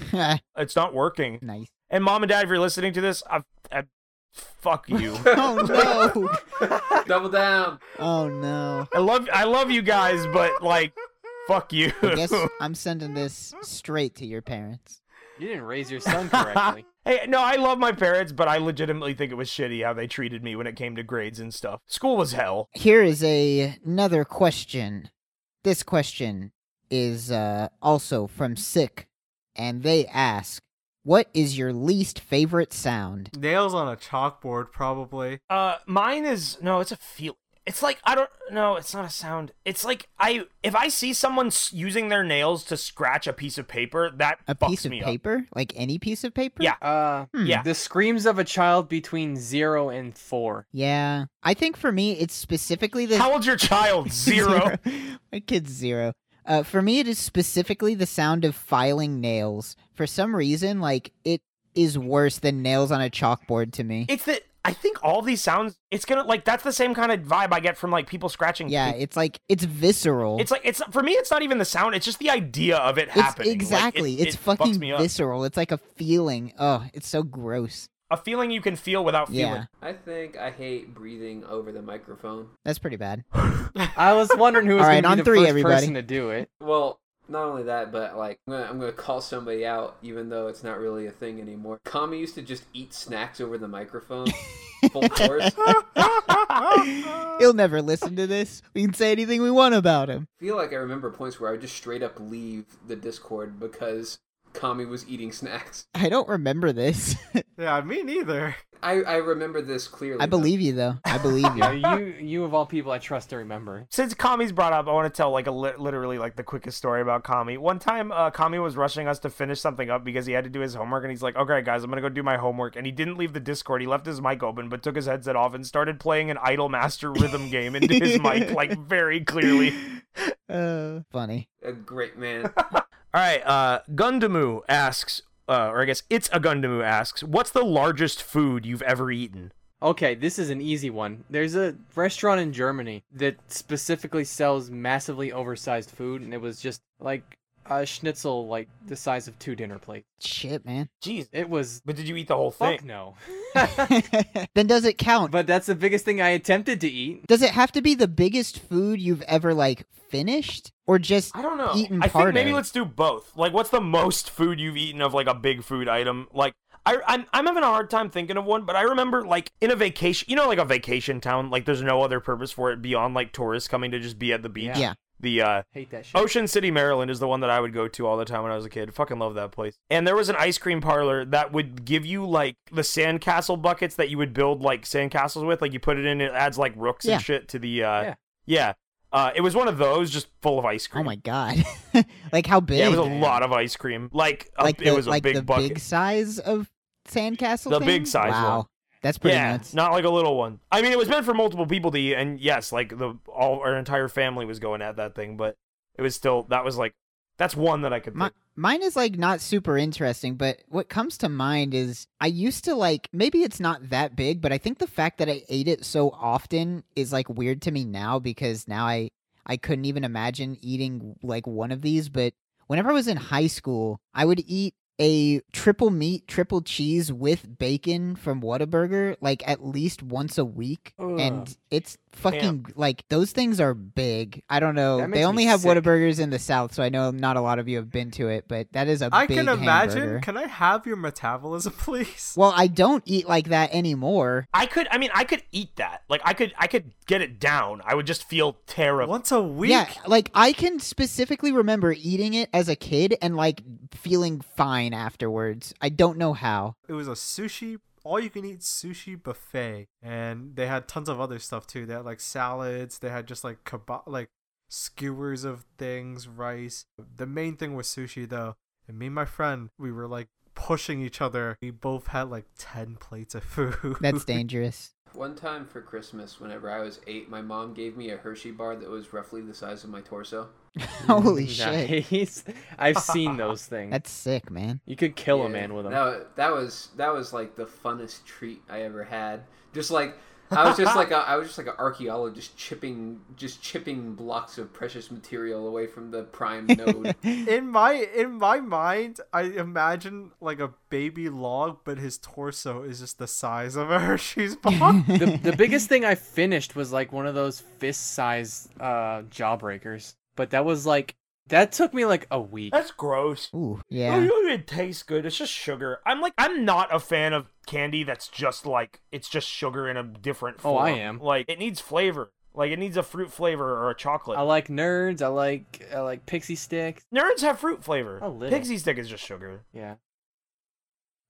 S1: it's not working.
S2: nice.
S1: And mom and dad, if you're listening to this, I, I fuck you.
S2: Oh no.
S3: Double down.
S2: Oh no.
S1: I love I love you guys, but like fuck you.
S2: I guess I'm sending this straight to your parents.
S4: You didn't raise your son correctly.
S1: hey, no, I love my parents, but I legitimately think it was shitty how they treated me when it came to grades and stuff. School was hell.
S2: Here is a, another question. This question is uh, also from Sick, and they ask, "What is your least favorite sound?"
S5: Nails on a chalkboard, probably.
S1: Uh mine is no, it's a feel it's like I don't no, it's not a sound. It's like I if I see someone s- using their nails to scratch a piece of paper, that
S2: A
S1: fucks
S2: piece of
S1: me up.
S2: paper, like any piece of paper.
S1: Yeah.
S4: Uh,
S2: Hmm.
S1: Yeah.
S4: the screams of a child between zero and four.
S2: Yeah. I think for me, it's specifically the
S1: How old's your child? Zero.
S2: My kid's zero. Uh, for me, it is specifically the sound of filing nails. For some reason, like it is worse than nails on a chalkboard to me.
S1: It's that I think all these sounds. It's gonna like that's the same kind of vibe I get from like people scratching.
S2: yeah,
S1: pa-
S2: it's like it's visceral.
S1: it's like it's for me. It's not even the sound. It's just the idea of it
S2: It's
S1: happening. Like, it-
S2: exactly.
S1: it
S2: it's
S1: fucks
S2: fucking
S1: me up.
S2: visceral. It's like a feeling. Oh, it's so gross.
S1: a feeling you can feel without
S2: Yeah,
S1: feeling.
S3: I think I hate breathing over the microphone.
S2: that's pretty bad.
S4: I was wondering who was
S2: All right,
S4: going
S2: on
S4: to be the
S2: three,
S4: first
S2: everybody.
S4: person to do it.
S3: Well, not only that, but like I'm gonna, I'm gonna call somebody out, even though it's not really a thing anymore. Kami used to just eat snacks over the microphone, full force.
S2: He'll never listen to this. We can say anything we want about him.
S3: I feel like I remember points where I would just straight up leave the Discord because Kami was eating snacks.
S2: I don't remember this.
S5: Yeah, me neither.
S3: I, I remember this clearly.
S2: I believe you though. I believe you.
S4: Yeah, you you of all people I trust to remember.
S1: Since Kami's brought up, I want to tell like a li- literally like the quickest story about Kami. One time, uh, Kami was rushing us to finish something up because he had to do his homework, and he's like, "Okay, guys, I'm gonna go do my homework." And he didn't leave the Discord. He left his mic open, but took his headset off and started playing an Idol Master rhythm game into his mic, like very clearly.
S2: Uh, funny.
S3: a great man.
S1: All right, uh, Gundamu asks, uh, or I guess it's a Gundamu asks, what's the largest food you've ever eaten?
S4: Okay, this is an easy one. There's a restaurant in Germany that specifically sells massively oversized food, and it was just like a schnitzel like the size of two dinner plates.
S2: Shit, man.
S1: Jeez.
S4: It was
S1: But did you eat the whole thing?
S4: fuck no.
S2: then does it count?
S4: but that's the biggest thing I attempted to eat.
S2: does it have to be the biggest food you've ever like finished, or just oh
S1: I don't know.
S2: Eaten
S1: I
S2: part
S1: think maybe
S2: of.
S1: let's do both. Like, what's the most food you've eaten of like a big food item? Like, I I'm, I'm having a hard time thinking of one, but I remember like in a vacation, you know, like a vacation town. Like, there's no other purpose for it beyond like tourists coming to just be at the beach.
S4: Yeah.
S2: yeah?
S1: The uh,
S4: Hate that shit.
S1: Ocean City, Maryland is the one that I would go to all the time when I was a kid. Fucking love that place. And there was an ice cream parlor that would give you like the sandcastle buckets that you would build like sandcastles with. Like you put it in, it adds like rooks
S2: Yeah.
S1: and shit to the. uh
S4: Yeah.
S1: Yeah. Uh, it was one of those just full of ice cream.
S2: Oh my god! like how big?
S1: Yeah, it was a lot of ice cream. Like, a,
S2: like the,
S1: it was a
S2: like
S1: big
S2: the
S1: bucket.
S2: big size of sandcastle.
S1: The
S2: thing?
S1: big size
S2: Wow,
S1: one.
S2: that's pretty
S1: yeah,
S2: nuts.
S1: not like a little one. I mean, it was meant for multiple people to eat, and yes, like the all our entire family was going at that thing, but it was still that was like that's one that I could.
S2: Mi-
S1: think.
S2: mine is like not super interesting, but what comes to mind is I used to like maybe it's not that big, but I think the fact that I ate it so often is like weird to me now because now I I couldn't even imagine eating like one of these, but whenever I was in high school, I would eat a triple meat, triple cheese with bacon from Whataburger like at least once a week.
S4: Ugh.
S2: And it's fucking like those things are big. I don't know.
S4: That
S2: They
S4: makes
S2: only
S4: me
S2: have
S4: sick.
S2: Whataburgers in the South, so I know not a lot of you have been to it, but that is a
S5: I
S2: big
S5: can imagine.
S2: hamburger.
S5: Can I have your metabolism, please?
S2: Well, I don't eat like that anymore.
S1: I could. I mean, I could eat that. Like, I could. I could get it down. I would just feel terrible.
S5: Once a week.
S2: Yeah, like I can specifically remember eating it as a kid and like feeling fine afterwards. I don't know how.
S5: It was a sushi, all you can eat sushi buffet, and they had tons of other stuff too. They had like salads. They had just like kebab, like skewers of things, rice. The main thing was sushi though. And me and my friend, we were like pushing each other. We both had like ten plates of food.
S2: That's dangerous.
S3: One time for Christmas, whenever I was eight, my mom gave me a Hershey bar that was roughly the size of my torso.
S2: Holy shit.
S4: Nice. I've seen those things.
S2: That's sick, man.
S4: You could kill a
S3: Yeah,
S4: man with them.
S3: That, that was that was like the funnest treat I ever had. Just like I was just like a, I was just like an archaeologist chipping just chipping blocks of precious material away from the prime node.
S5: in my in my mind, I imagine like a baby log, but his torso is just the size of a Hershey's bar.
S4: the, the biggest thing I finished was like one of those fist sized uh, jawbreakers. But that was like, that took me like a week.
S1: That's gross.
S2: Ooh,
S1: Oh,
S2: yeah.
S1: you know, it tastes good. It's just sugar. I'm like, I'm not a fan of candy that's just like it's just sugar in a different.
S4: Oh,
S1: Form.
S4: I am.
S1: Like, it needs flavor. Like, it needs a fruit flavor or a chocolate.
S4: I like nerds. I like I like pixie sticks.
S1: Nerds have fruit flavor.
S4: A little.
S1: Pixie stick is just sugar.
S4: Yeah.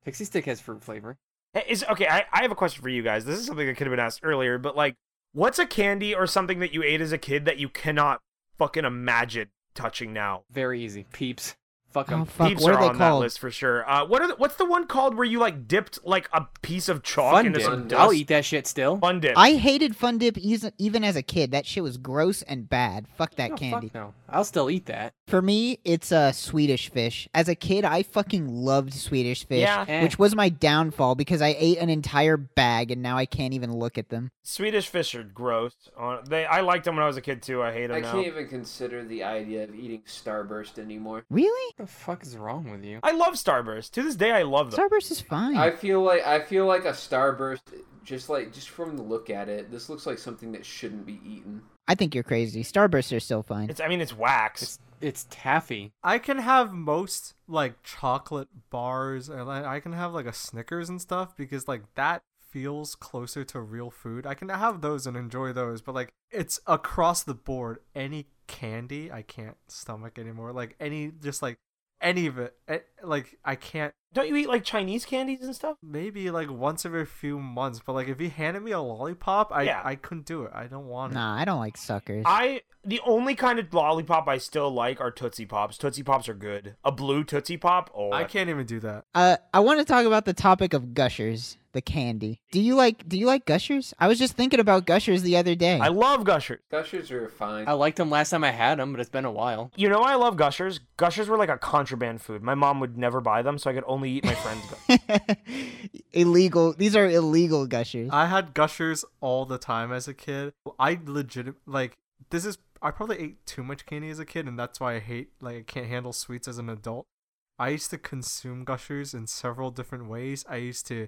S4: Pixie stick has fruit flavor.
S1: Hey, Eh, Is okay. I, I have a question for you guys. This is something that could have been asked earlier, but like, what's a candy or something that you ate as a kid that you cannot fucking imagine touching now?
S4: Very easy. Peeps. Fuck
S2: Oh,
S4: them.
S2: fuck.
S1: Peeps
S2: What
S1: are
S2: are they
S1: on that
S2: called?
S1: list for sure. Uh, what are the, what's the one called where you like dipped like a piece of chalk
S4: Fun
S1: into
S4: dip.
S1: some
S3: dust.
S4: I'll eat that shit still.
S1: Fun dip.
S2: I hated Fun Dip eas- even as a kid. That shit was gross and bad. Fuck that
S4: No,
S2: candy.
S4: Fuck no. I'll still eat that.
S2: For me, it's a uh, Swedish fish. As a kid, I fucking loved Swedish fish,
S1: Yeah.
S4: Eh.
S2: which was my downfall because I ate an entire bag and now I can't even look at them.
S1: Swedish fish are gross. Uh, they I liked them when I was a kid too. I hate them
S3: I
S1: now.
S3: can't even consider the idea of eating Starburst anymore.
S2: Really?
S4: What the fuck is wrong with you?
S1: I love Starburst. To this day, I love them.
S2: Starburst is fine.
S3: I feel like I feel like a Starburst just like just from the look at it, this looks like something that shouldn't be eaten.
S2: I think you're crazy. Starbursts are still fine.
S1: It's I mean it's wax.
S4: It's it's taffy.
S5: I can have most like chocolate bars, or like, I can have like a Snickers and stuff because like that feels closer to real food. I can have those and enjoy those, but like it's across the board. Any candy I can't stomach anymore. Like any, just like any of it. Eh, Like I can't.
S1: Don't you eat like Chinese candies and stuff?
S5: Maybe like once every few months, but like if you handed me a lollipop, I
S1: Yeah.
S5: I couldn't do it. I don't want it.
S2: Nah, I don't like suckers.
S1: I the only kind of lollipop I still like are Tootsie Pops. Tootsie Pops are good. A blue Tootsie Pop. Oh,
S5: I
S1: that-
S5: can't even do that.
S2: Uh, I want to talk about the topic of gushers, the candy. Do you like? Do you like gushers? I was just thinking about gushers the other day.
S1: I love Gushers.
S3: Gushers are fine.
S4: I
S2: Oh.
S4: liked them last time I had them, but it's been a while.
S1: You know why I love Gushers? Gushers were like a contraband food. My mom would never buy them, so I could only eat my friends. Gushers.
S2: illegal. These are illegal gushers.
S5: I had gushers all the time as a kid. I legit like this is I probably ate too much candy as a kid, and that's why I hate like I can't handle sweets as an adult. I used to consume gushers in several different ways. I used to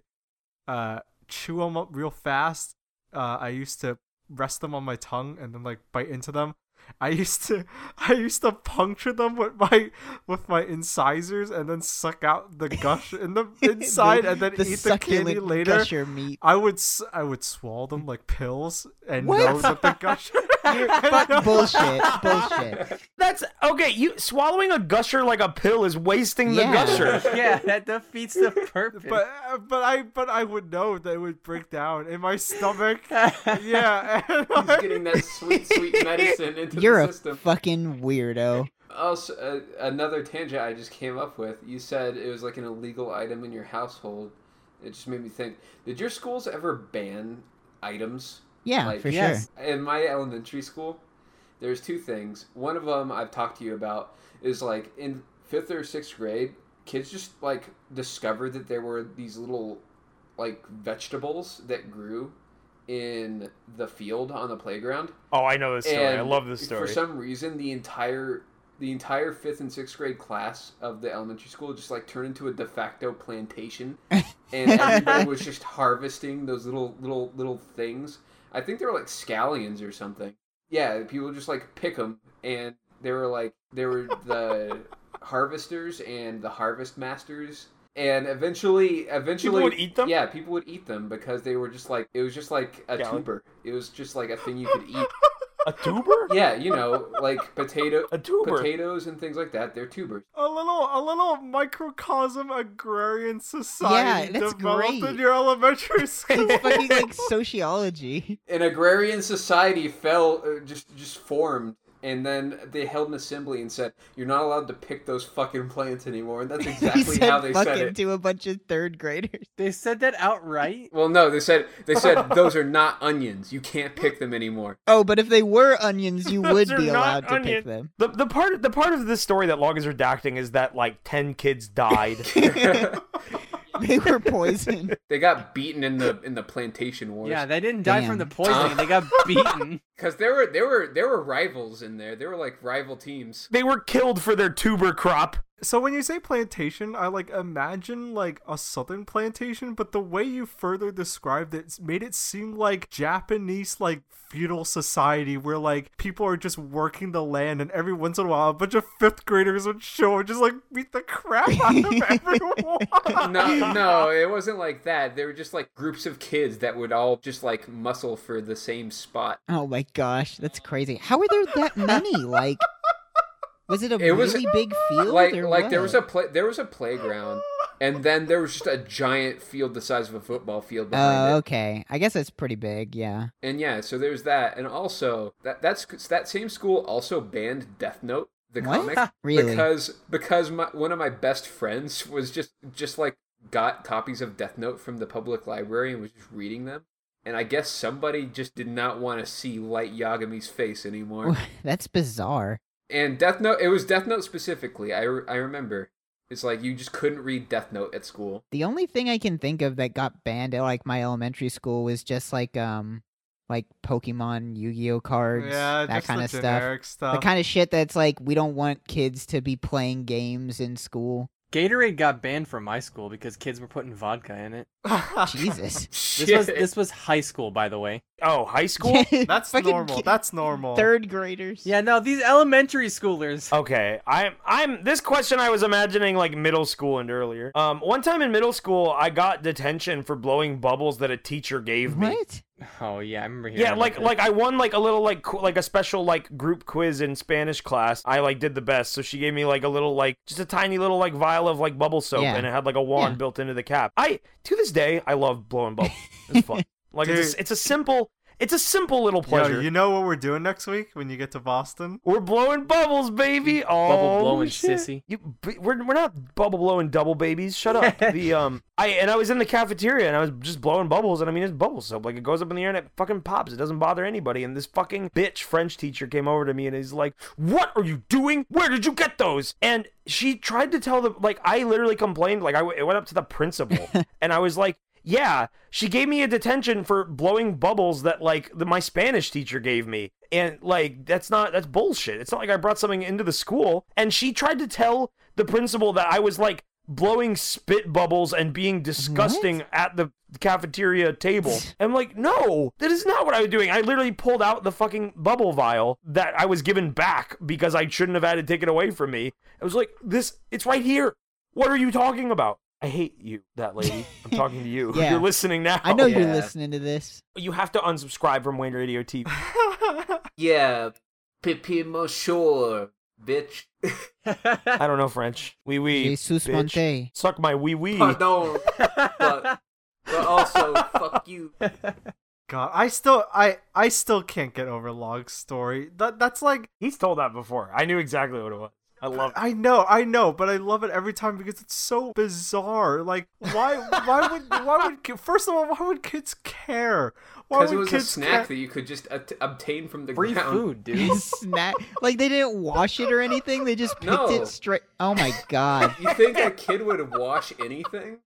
S5: uh, chew them up real fast. Uh, I used to rest them on my tongue and then like bite into them. I used to I used to puncture them with my with my incisors and then suck out the gush in the inside and then eat the candy
S2: succulent
S5: later.
S2: Gusher meat.
S5: I would s- I would swallow them like pills and
S2: What?
S5: know that the gusher. I know.
S2: bullshit. Bullshit.
S1: That's okay. You swallowing a gusher like a pill is wasting the
S2: Yeah.
S1: gusher.
S4: yeah, that defeats the purpose.
S5: But uh, but I but I would know that it would break down in my stomach. yeah. and
S3: He's
S5: I-
S3: getting that sweet, sweet medicine into
S2: You're
S3: the
S2: a
S3: system.
S2: fucking weirdo.
S3: Also, uh, another tangent I just came up with. You said it was like an illegal item in your household. It just made me think. Did your schools ever ban items?
S2: Yeah,
S3: Like,
S2: for
S4: yes.
S3: In my elementary school, there's two things. One of them I've talked to you about is like in fifth or sixth grade, kids just like discovered that there were these little like vegetables that grew in the field on the playground.
S1: Oh, I know this story. I
S3: And
S1: love this story.
S3: For some reason, the entire the entire fifth and sixth grade class of the elementary school just like turned into a de facto plantation, and everybody was just harvesting those little little little things. I think they were like scallions or something. Yeah, people just like pick them, and they were like they were the harvesters and the harvest masters. And eventually, eventually,
S1: would eat them?
S3: Yeah, people would eat them because they were just like it was just like a
S1: Scallion.
S3: tuber. It was just like a thing you could eat.
S1: a tuber?
S3: Yeah, you know, like potato
S1: A tuber.
S3: potatoes and things like that. They're tubers.
S5: a little a little microcosm agrarian society
S2: that's
S5: developed
S2: great.
S5: in your elementary
S2: sure.
S5: school.
S2: It's fucking like sociology.
S3: An agrarian society fell, uh, just just formed, and then they held an assembly and said, "You're not allowed to pick those fucking plants anymore." And that's
S2: he
S3: exactly
S2: said
S3: how they
S2: fucking
S3: said it.
S2: to a bunch of third graders.
S4: they said that outright.
S3: well, no, they said they said those are not onions. You can't pick them anymore.
S2: Oh, but if they were onions, you would
S1: Those are
S2: be
S1: not
S2: allowed to pick
S1: onions.
S2: them.
S1: The, the part the part of this story that Log is redacting is that like ten kids died.
S2: They were poisoned.
S3: They got beaten in the in the plantation wars.
S4: Yeah, they didn't die from the
S2: Damn.
S4: poisoning. They got beaten.
S3: because there were there were there were rivals in there. There were like rival teams.
S1: they were killed for their tuber crop.
S5: So when you say plantation, I like imagine like a southern plantation, but the way you further described it s- made it seem like Japanese like feudal society where like people are just working the land and every once in a while a bunch of fifth graders would show and just like beat the crap out of everyone.
S3: no, no, it wasn't like that. They were just like groups of kids that would all just like muscle for the same spot.
S2: Oh my gosh, that's crazy. How were there that many? Like, was it a
S3: It
S2: really
S3: was-
S2: big field?
S3: Like,
S2: or
S3: like there
S2: what?
S3: was a play, there was a playground, and then there was just a giant field the size of a football field behind
S2: Oh,
S3: it.
S2: okay. I guess that's pretty big. Yeah.
S3: And yeah, so there's that, and also that that's that same school also banned Death Note, the
S2: What?
S3: comic,
S2: Really?
S3: because because my, one of my best friends was just just like got copies of Death Note from the public library and was just reading them. And I guess somebody just did not want to see Light Yagami's face anymore.
S2: that's bizarre.
S3: And Death Note, it was Death Note specifically. I, re- I remember. It's like you just couldn't read Death Note at school.
S2: The only thing I can think of that got banned at like my elementary school was just like um like Pokemon, Yu-Gi-Oh cards,
S5: yeah,
S2: that
S5: just
S2: kind
S5: the
S2: of stuff.
S5: generic
S2: The
S5: stuff.
S2: kind of shit that's like we don't want kids to be playing games in school.
S4: Gatorade got banned from my school because kids were putting vodka in it.
S2: Jesus.
S4: This was this was high school, by the way.
S1: Oh, high school.
S5: That's
S2: Fucking
S5: normal.
S2: ki-
S5: That's normal.
S2: Third graders.
S4: Yeah, no, these elementary schoolers.
S1: Okay, I'm I'm this question I was imagining like middle school and earlier. Um, one time in middle school, I got detention for blowing bubbles that a teacher gave me.
S2: What?
S4: Oh yeah, I remember hearing.
S1: Yeah, like like I won like a little like qu- like a special like group quiz in Spanish class. I like did the best, so she gave me like a little like just a tiny little like vial of like bubble soap,
S2: Yeah.
S1: and it had like a wand
S2: Yeah.
S1: built into the cap. I to this day I love blowing bubbles. It's fun. Like it's
S5: Dude.
S1: a, it's a simple it's a simple little
S5: Yo,
S1: pleasure.
S5: you know what we're doing next week when you get to Boston?
S1: We're blowing bubbles, baby. Oh,
S4: blowing
S1: shit.
S4: sissy.
S1: You, b- we're, we're not bubble blowing double babies. Shut up. the um, I and I was in the cafeteria and I was just blowing bubbles and I mean it's bubble soap. Like it goes up in the air and it fucking pops. It doesn't bother anybody. And this fucking bitch French teacher came over to me and he's like, "What are you doing? Where did you get those?" And she tried to tell the like I literally complained. Like I w- it went up to the principal and I was like. Yeah, she gave me a detention for blowing bubbles that like the, my Spanish teacher gave me. and like that's not that's bullshit. It's not like I brought something into the school and she tried to tell the principal that I was like blowing spit bubbles and being disgusting at the cafeteria table. I'm like, "No, that is not what I was doing. I literally pulled out the fucking bubble vial that I was given back because I shouldn't have had it taken away from me." I was like, "This it's right here. What are you talking about?" I hate you, that lady. I'm talking to you.
S2: Yeah.
S1: You're listening now.
S5: Oh,
S2: I know
S3: yeah.
S2: you're listening to this.
S1: You have to unsubscribe from Wayne Radio TV.
S3: Yeah, Pipimo Shore, bitch.
S1: I don't know French. Oui, oui.
S2: Jesus
S1: bitch.
S2: Monte.
S1: Suck my wee wee.
S3: Pardon, but, but also fuck you.
S5: God, I still, I, I still can't get over Log's story. That, that's like,
S1: He's told that before. I knew exactly what it was. I love it.
S5: I know, I know, but I love it every time because it's so bizarre. Like, why, why would, why would, ki- first of all, why would kids care? Why
S3: Because
S5: would
S3: it was a
S5: kids
S3: snack
S5: care?
S3: that you could just at- obtain from the
S4: Free
S3: ground.
S4: food, dude.
S2: Snack. Like they didn't wash it or anything. They just picked
S3: No.
S2: it straight. Oh my god.
S3: You think a kid would wash anything?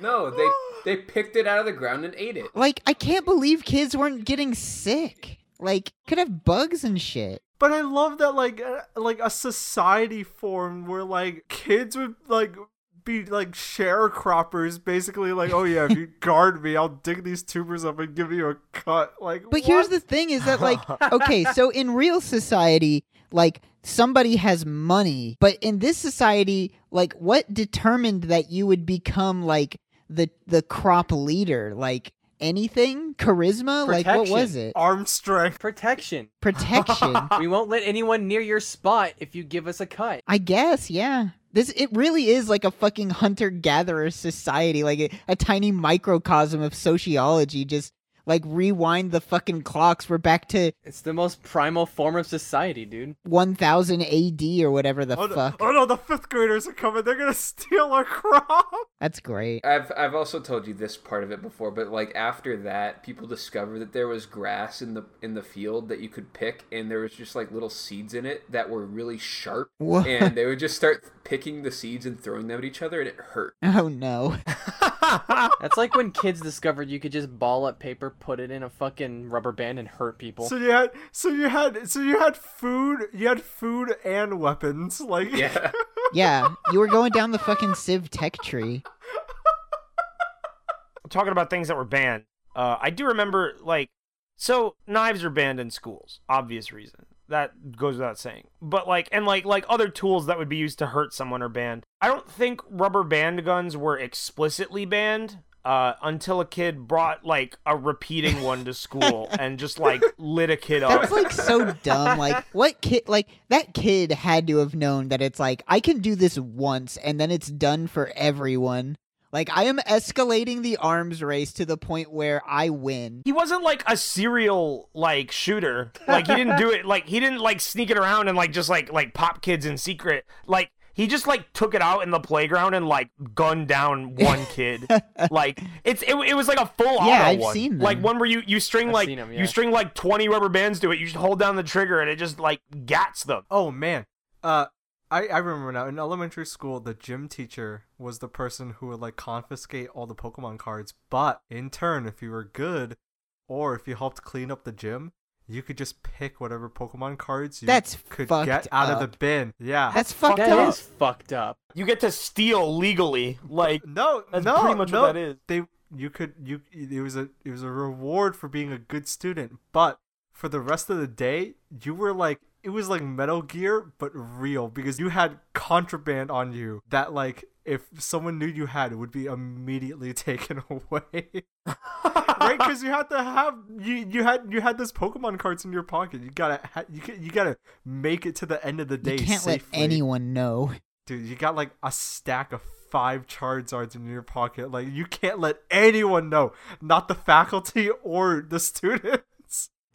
S3: No, they they picked it out of the ground and ate it.
S2: Like I can't believe kids weren't getting sick. Like could have bugs and shit.
S5: But I love that, like, uh, like a society formed where like kids would like be like sharecroppers, basically. Like, oh yeah, if you guard me, I'll dig these tubers up and give you a cut. Like,
S2: But here's
S5: what?
S2: the thing is that like okay, so in real society, like somebody has money, but in this society, like what determined that you would become like the the crop leader? Like anything? Charisma? Like what was
S4: Protection.
S2: it?
S5: arm strength.
S4: Protection.
S2: Protection.
S4: We won't let anyone near your spot if you give us a cut.
S2: I guess, yeah. This it really is like a fucking hunter gatherer society, like a, a tiny microcosm of sociology. Just like rewind the fucking clocks. We're back to
S4: It's the most primal form of society, dude.
S2: 1000 AD or whatever the
S5: Oh no,
S2: fuck.
S5: oh no, the fifth graders are coming. They're gonna steal our crop.
S2: That's great.
S3: I've I've also told you this part of it before, but like after that, people discovered that there was grass in the in the field that you could pick, and there was just like little seeds in it that were really sharp,
S2: What?
S3: and they would just start picking the seeds and throwing them at each other, and it hurt.
S2: Oh no.
S4: That's like when kids discovered you could just ball up paper, put it in a fucking rubber band, and hurt people.
S5: So you had, so you had, so you had food. You had food and weapons. Like,
S3: Yeah,
S2: Yeah, you were going down the fucking Civ Tech tree.
S1: Talking about things that were banned. Uh, I do remember like so knives are banned in schools, obvious reason. That goes without saying. But like and like like other tools that would be used to hurt someone are banned. I don't think rubber band guns were explicitly banned. Uh, until a kid brought like a repeating one to school and just like lit a kid up.
S2: That's like so dumb. Like what kid? Like that kid had to have known that it's like I can do this once and then it's done for everyone. Like I am escalating the arms race to the point where I win.
S1: he wasn't like a serial like shooter like he didn't do it like he didn't like sneak it around and like just like like pop kids in secret like he just like took it out in the playground and like gunned down one kid like it's it, it was like a full auto
S2: I've
S1: one.
S2: seen them.
S1: like one where you you string
S4: I've
S1: like
S4: seen 'em, yeah.
S1: you string like 20 rubber bands to it you just hold down the trigger and it just like gats them
S5: Oh man. Uh I, I remember now in elementary school the gym teacher was the person who would like confiscate all the Pokemon cards, but in turn if you were good or if you helped clean up the gym, you could just pick whatever Pokemon cards you
S2: That's
S5: could
S2: fucked
S5: get out of the
S2: up.
S5: bin. Yeah.
S2: That's fucked
S4: That
S2: up.
S4: is fucked up.
S1: you get to steal legally like
S5: no,
S1: That's
S5: no,
S1: pretty much
S5: no.
S1: what that is.
S5: They you could you it was a it was a reward for being a good student, but for the rest of the day, you were like it was like Metal Gear but real because you had contraband on you that like if someone knew you had it would be immediately taken away. right cuz you had to have you you had you had those Pokemon cards in your pocket. You got to ha- you ca- you got to make it to the end of the day
S2: You can't let
S5: safely.
S2: anyone know.
S5: Dude, you got like a stack of five Charizards in your pocket. Like you can't let anyone know, not the faculty or the students.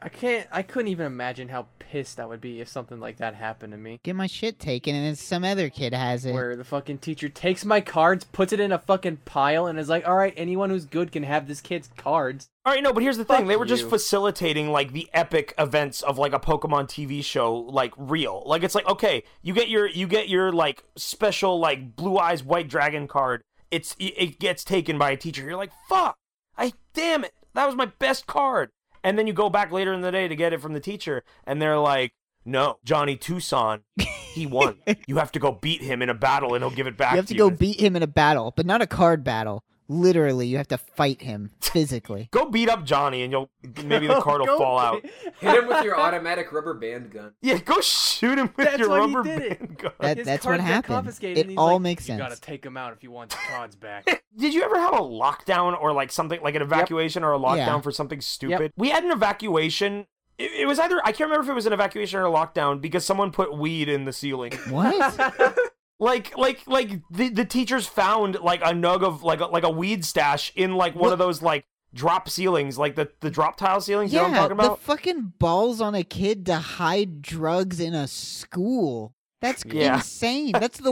S4: I can't. I couldn't even imagine how pissed I would be if something like that happened to me.
S2: Get my shit taken, and then some other kid has it.
S4: Where the fucking teacher takes my cards, puts it in a fucking pile, and is like, "All right, anyone who's good can have this kid's cards."
S1: All right, no, but here's the thing.
S4: Fuck
S1: They were just
S4: you.
S1: facilitating like the epic events of like a Pokemon TV show, like real. Like it's like okay, you get your you get your like special like blue eyes white dragon card. It's it- it gets taken by a teacher. You're like fuck, I damn it, that was my best card. And then you go back later in the day to get it from the teacher, and they're like, "No, Johnny Tucson, he won. you have to go beat him in a battle, and he'll give it back."
S2: you have to
S1: to
S2: go
S1: you.
S2: beat him in a battle, but not a card battle. Literally, you have to fight him physically.
S1: Go beat up Johnny, and you'll maybe the card will
S5: Go
S1: fall out.
S3: Hit him with your automatic rubber band gun.
S1: Yeah, go shoot him with
S4: That's
S1: your
S4: why he
S1: rubber
S4: did it.
S1: band gun.
S2: That-
S4: His
S2: that's what
S4: cards got
S2: happened.
S4: confiscated,
S2: It
S4: and he's
S2: all
S4: like,
S2: makes
S4: You
S2: sense.
S4: gotta take them out if you want your cards back.
S1: Did you ever have a lockdown or like something like an evacuation or a lockdown
S2: Yeah.
S1: for something stupid? We had an evacuation. It, it was either I can't remember if it was an evacuation or a lockdown because someone put weed in the ceiling.
S2: What?
S1: like like like the the teachers found like a nug of like a, like a weed stash in like one
S2: What?
S1: of those like drop ceilings, like the the drop tile ceilings. you know what
S2: yeah,
S1: I'm talking
S2: the
S1: about?
S2: fucking balls on a kid to hide drugs in a school. That's
S1: Yeah.
S2: insane. That's the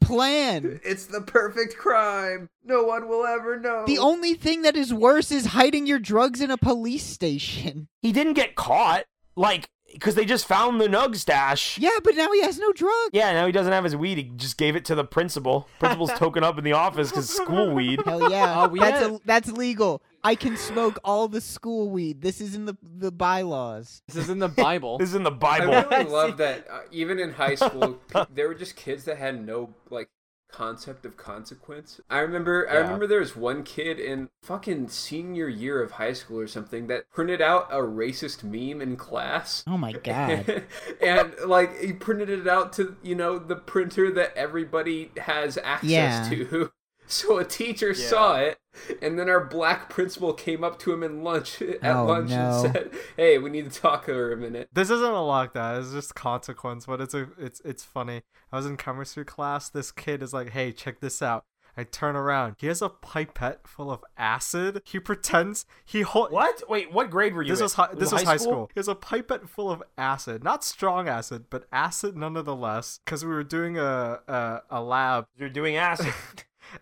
S2: plan.
S3: It's the perfect crime. No one will ever know.
S2: The
S1: Oh.
S2: only thing that is worse is hiding your drugs in a police station.
S1: he didn't get caught, like because they just found the nug stash.
S2: Yeah, but now he has no drugs.
S1: Yeah, now he doesn't have his weed. He just gave it to the principal. Principal's token up in the office because school weed.
S2: Hell yeah.
S4: Oh, we
S2: that's
S4: had-
S2: a, that's legal. I can smoke all the school weed. This is in the the bylaws.
S4: this is in the Bible.
S1: This is in the
S3: I
S1: Bible.
S3: really love that. Uh, even in high school, p- there were just kids that had no like concept of consequence. I remember. I
S1: Yeah.
S3: remember there was one kid in fucking senior year of high school or something that printed out a racist meme in class.
S2: Oh my god.
S3: and like he printed it out to you know the printer that everybody has access
S2: Yeah.
S3: to so a teacher
S1: Yeah.
S3: saw it and then our black principal came up to him in lunch at
S2: Oh,
S3: lunch
S2: no.
S3: and said hey we need to talk for a minute
S5: This isn't a lockdown. It's just consequence, but it's a it's it's funny. I was in chemistry class. This kid is like, "Hey, check this out." I turn around. He has a pipette full of acid. He pretends he hold.
S1: What? Wait, what grade were you?
S5: This
S1: in?
S5: was high, this
S1: it
S5: was high school. He has a pipette full of acid, not strong acid, but acid nonetheless. Because we were doing a a, a lab,
S1: You're doing acid.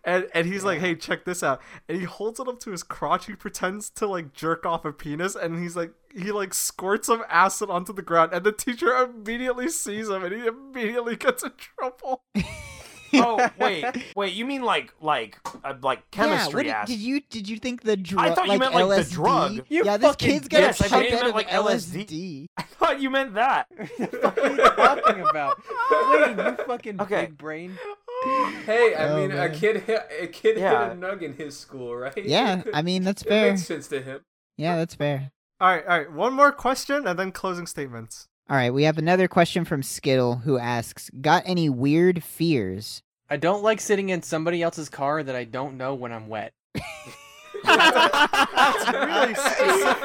S5: and and he's like, "Hey, check this out!" And he holds it up to his crotch. He pretends to like jerk off a penis, and he's like, he like squirts some acid onto the ground, and the teacher immediately sees him, and he immediately gets in trouble.
S1: oh wait, wait. You mean like like uh, like
S2: yeah, what
S1: chemistry
S2: did,
S1: acid?
S2: did you did you think the drug?
S1: thought you
S2: like
S1: meant,
S2: LSD?
S1: like, the drug.
S4: You
S2: yeah, this
S4: fucking
S2: kid's got
S1: yes, I
S2: a
S1: thought you
S2: pipette
S1: meant,
S2: of
S1: like, LSD.
S2: LSD.
S1: I thought you meant that.
S4: What are you talking about? Wait, you fucking
S1: Okay.
S4: big brain.
S3: hey i
S2: Oh,
S3: mean
S2: man.
S3: a kid hit a kid
S1: Yeah.
S3: hit a nug in his school right
S2: Yeah, I mean that's
S3: it
S2: fair.
S3: makes sense to him
S2: Yeah, that's fair.
S5: All right, all right. One more question, and then closing statements.
S2: All right, we have another question from Skittle who asks, "Got any weird fears?"
S4: I don't like sitting in somebody else's car that I don't know when I'm wet.
S5: That's really specific.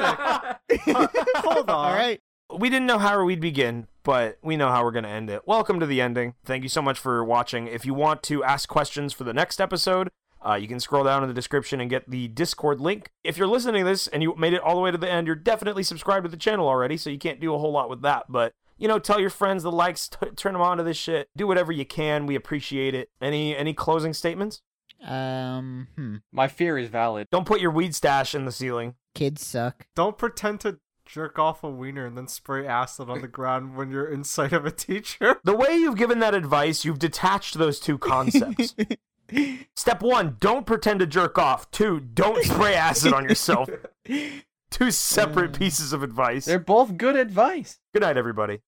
S5: Huh, Hold on.
S2: All right.
S1: we didn't know how we'd begin, but we know how we're going to end it. Welcome to the ending. Thank you so much for watching. If you want to ask questions for the next episode, uh, you can scroll down in the description and get the Discord link. If you're listening to this and you made it all the way to the end, you're definitely subscribed to the channel already, so you can't do a whole lot with that. But you know, tell your friends the likes, t- turn them on to this shit. Do whatever you can. We appreciate it. Any any closing statements?
S2: Um, hmm.
S4: My fear is valid.
S1: Don't put your weed stash in the ceiling.
S2: kids suck.
S5: Don't pretend to jerk off a wiener and then spray acid on the ground when you're inside of a teacher.
S1: The way you've given that advice, you've detached those two concepts. Step one, don't pretend to jerk off. Two, don't spray acid on yourself. Two separate pieces of advice.
S4: They're both good advice.
S1: Good night, everybody.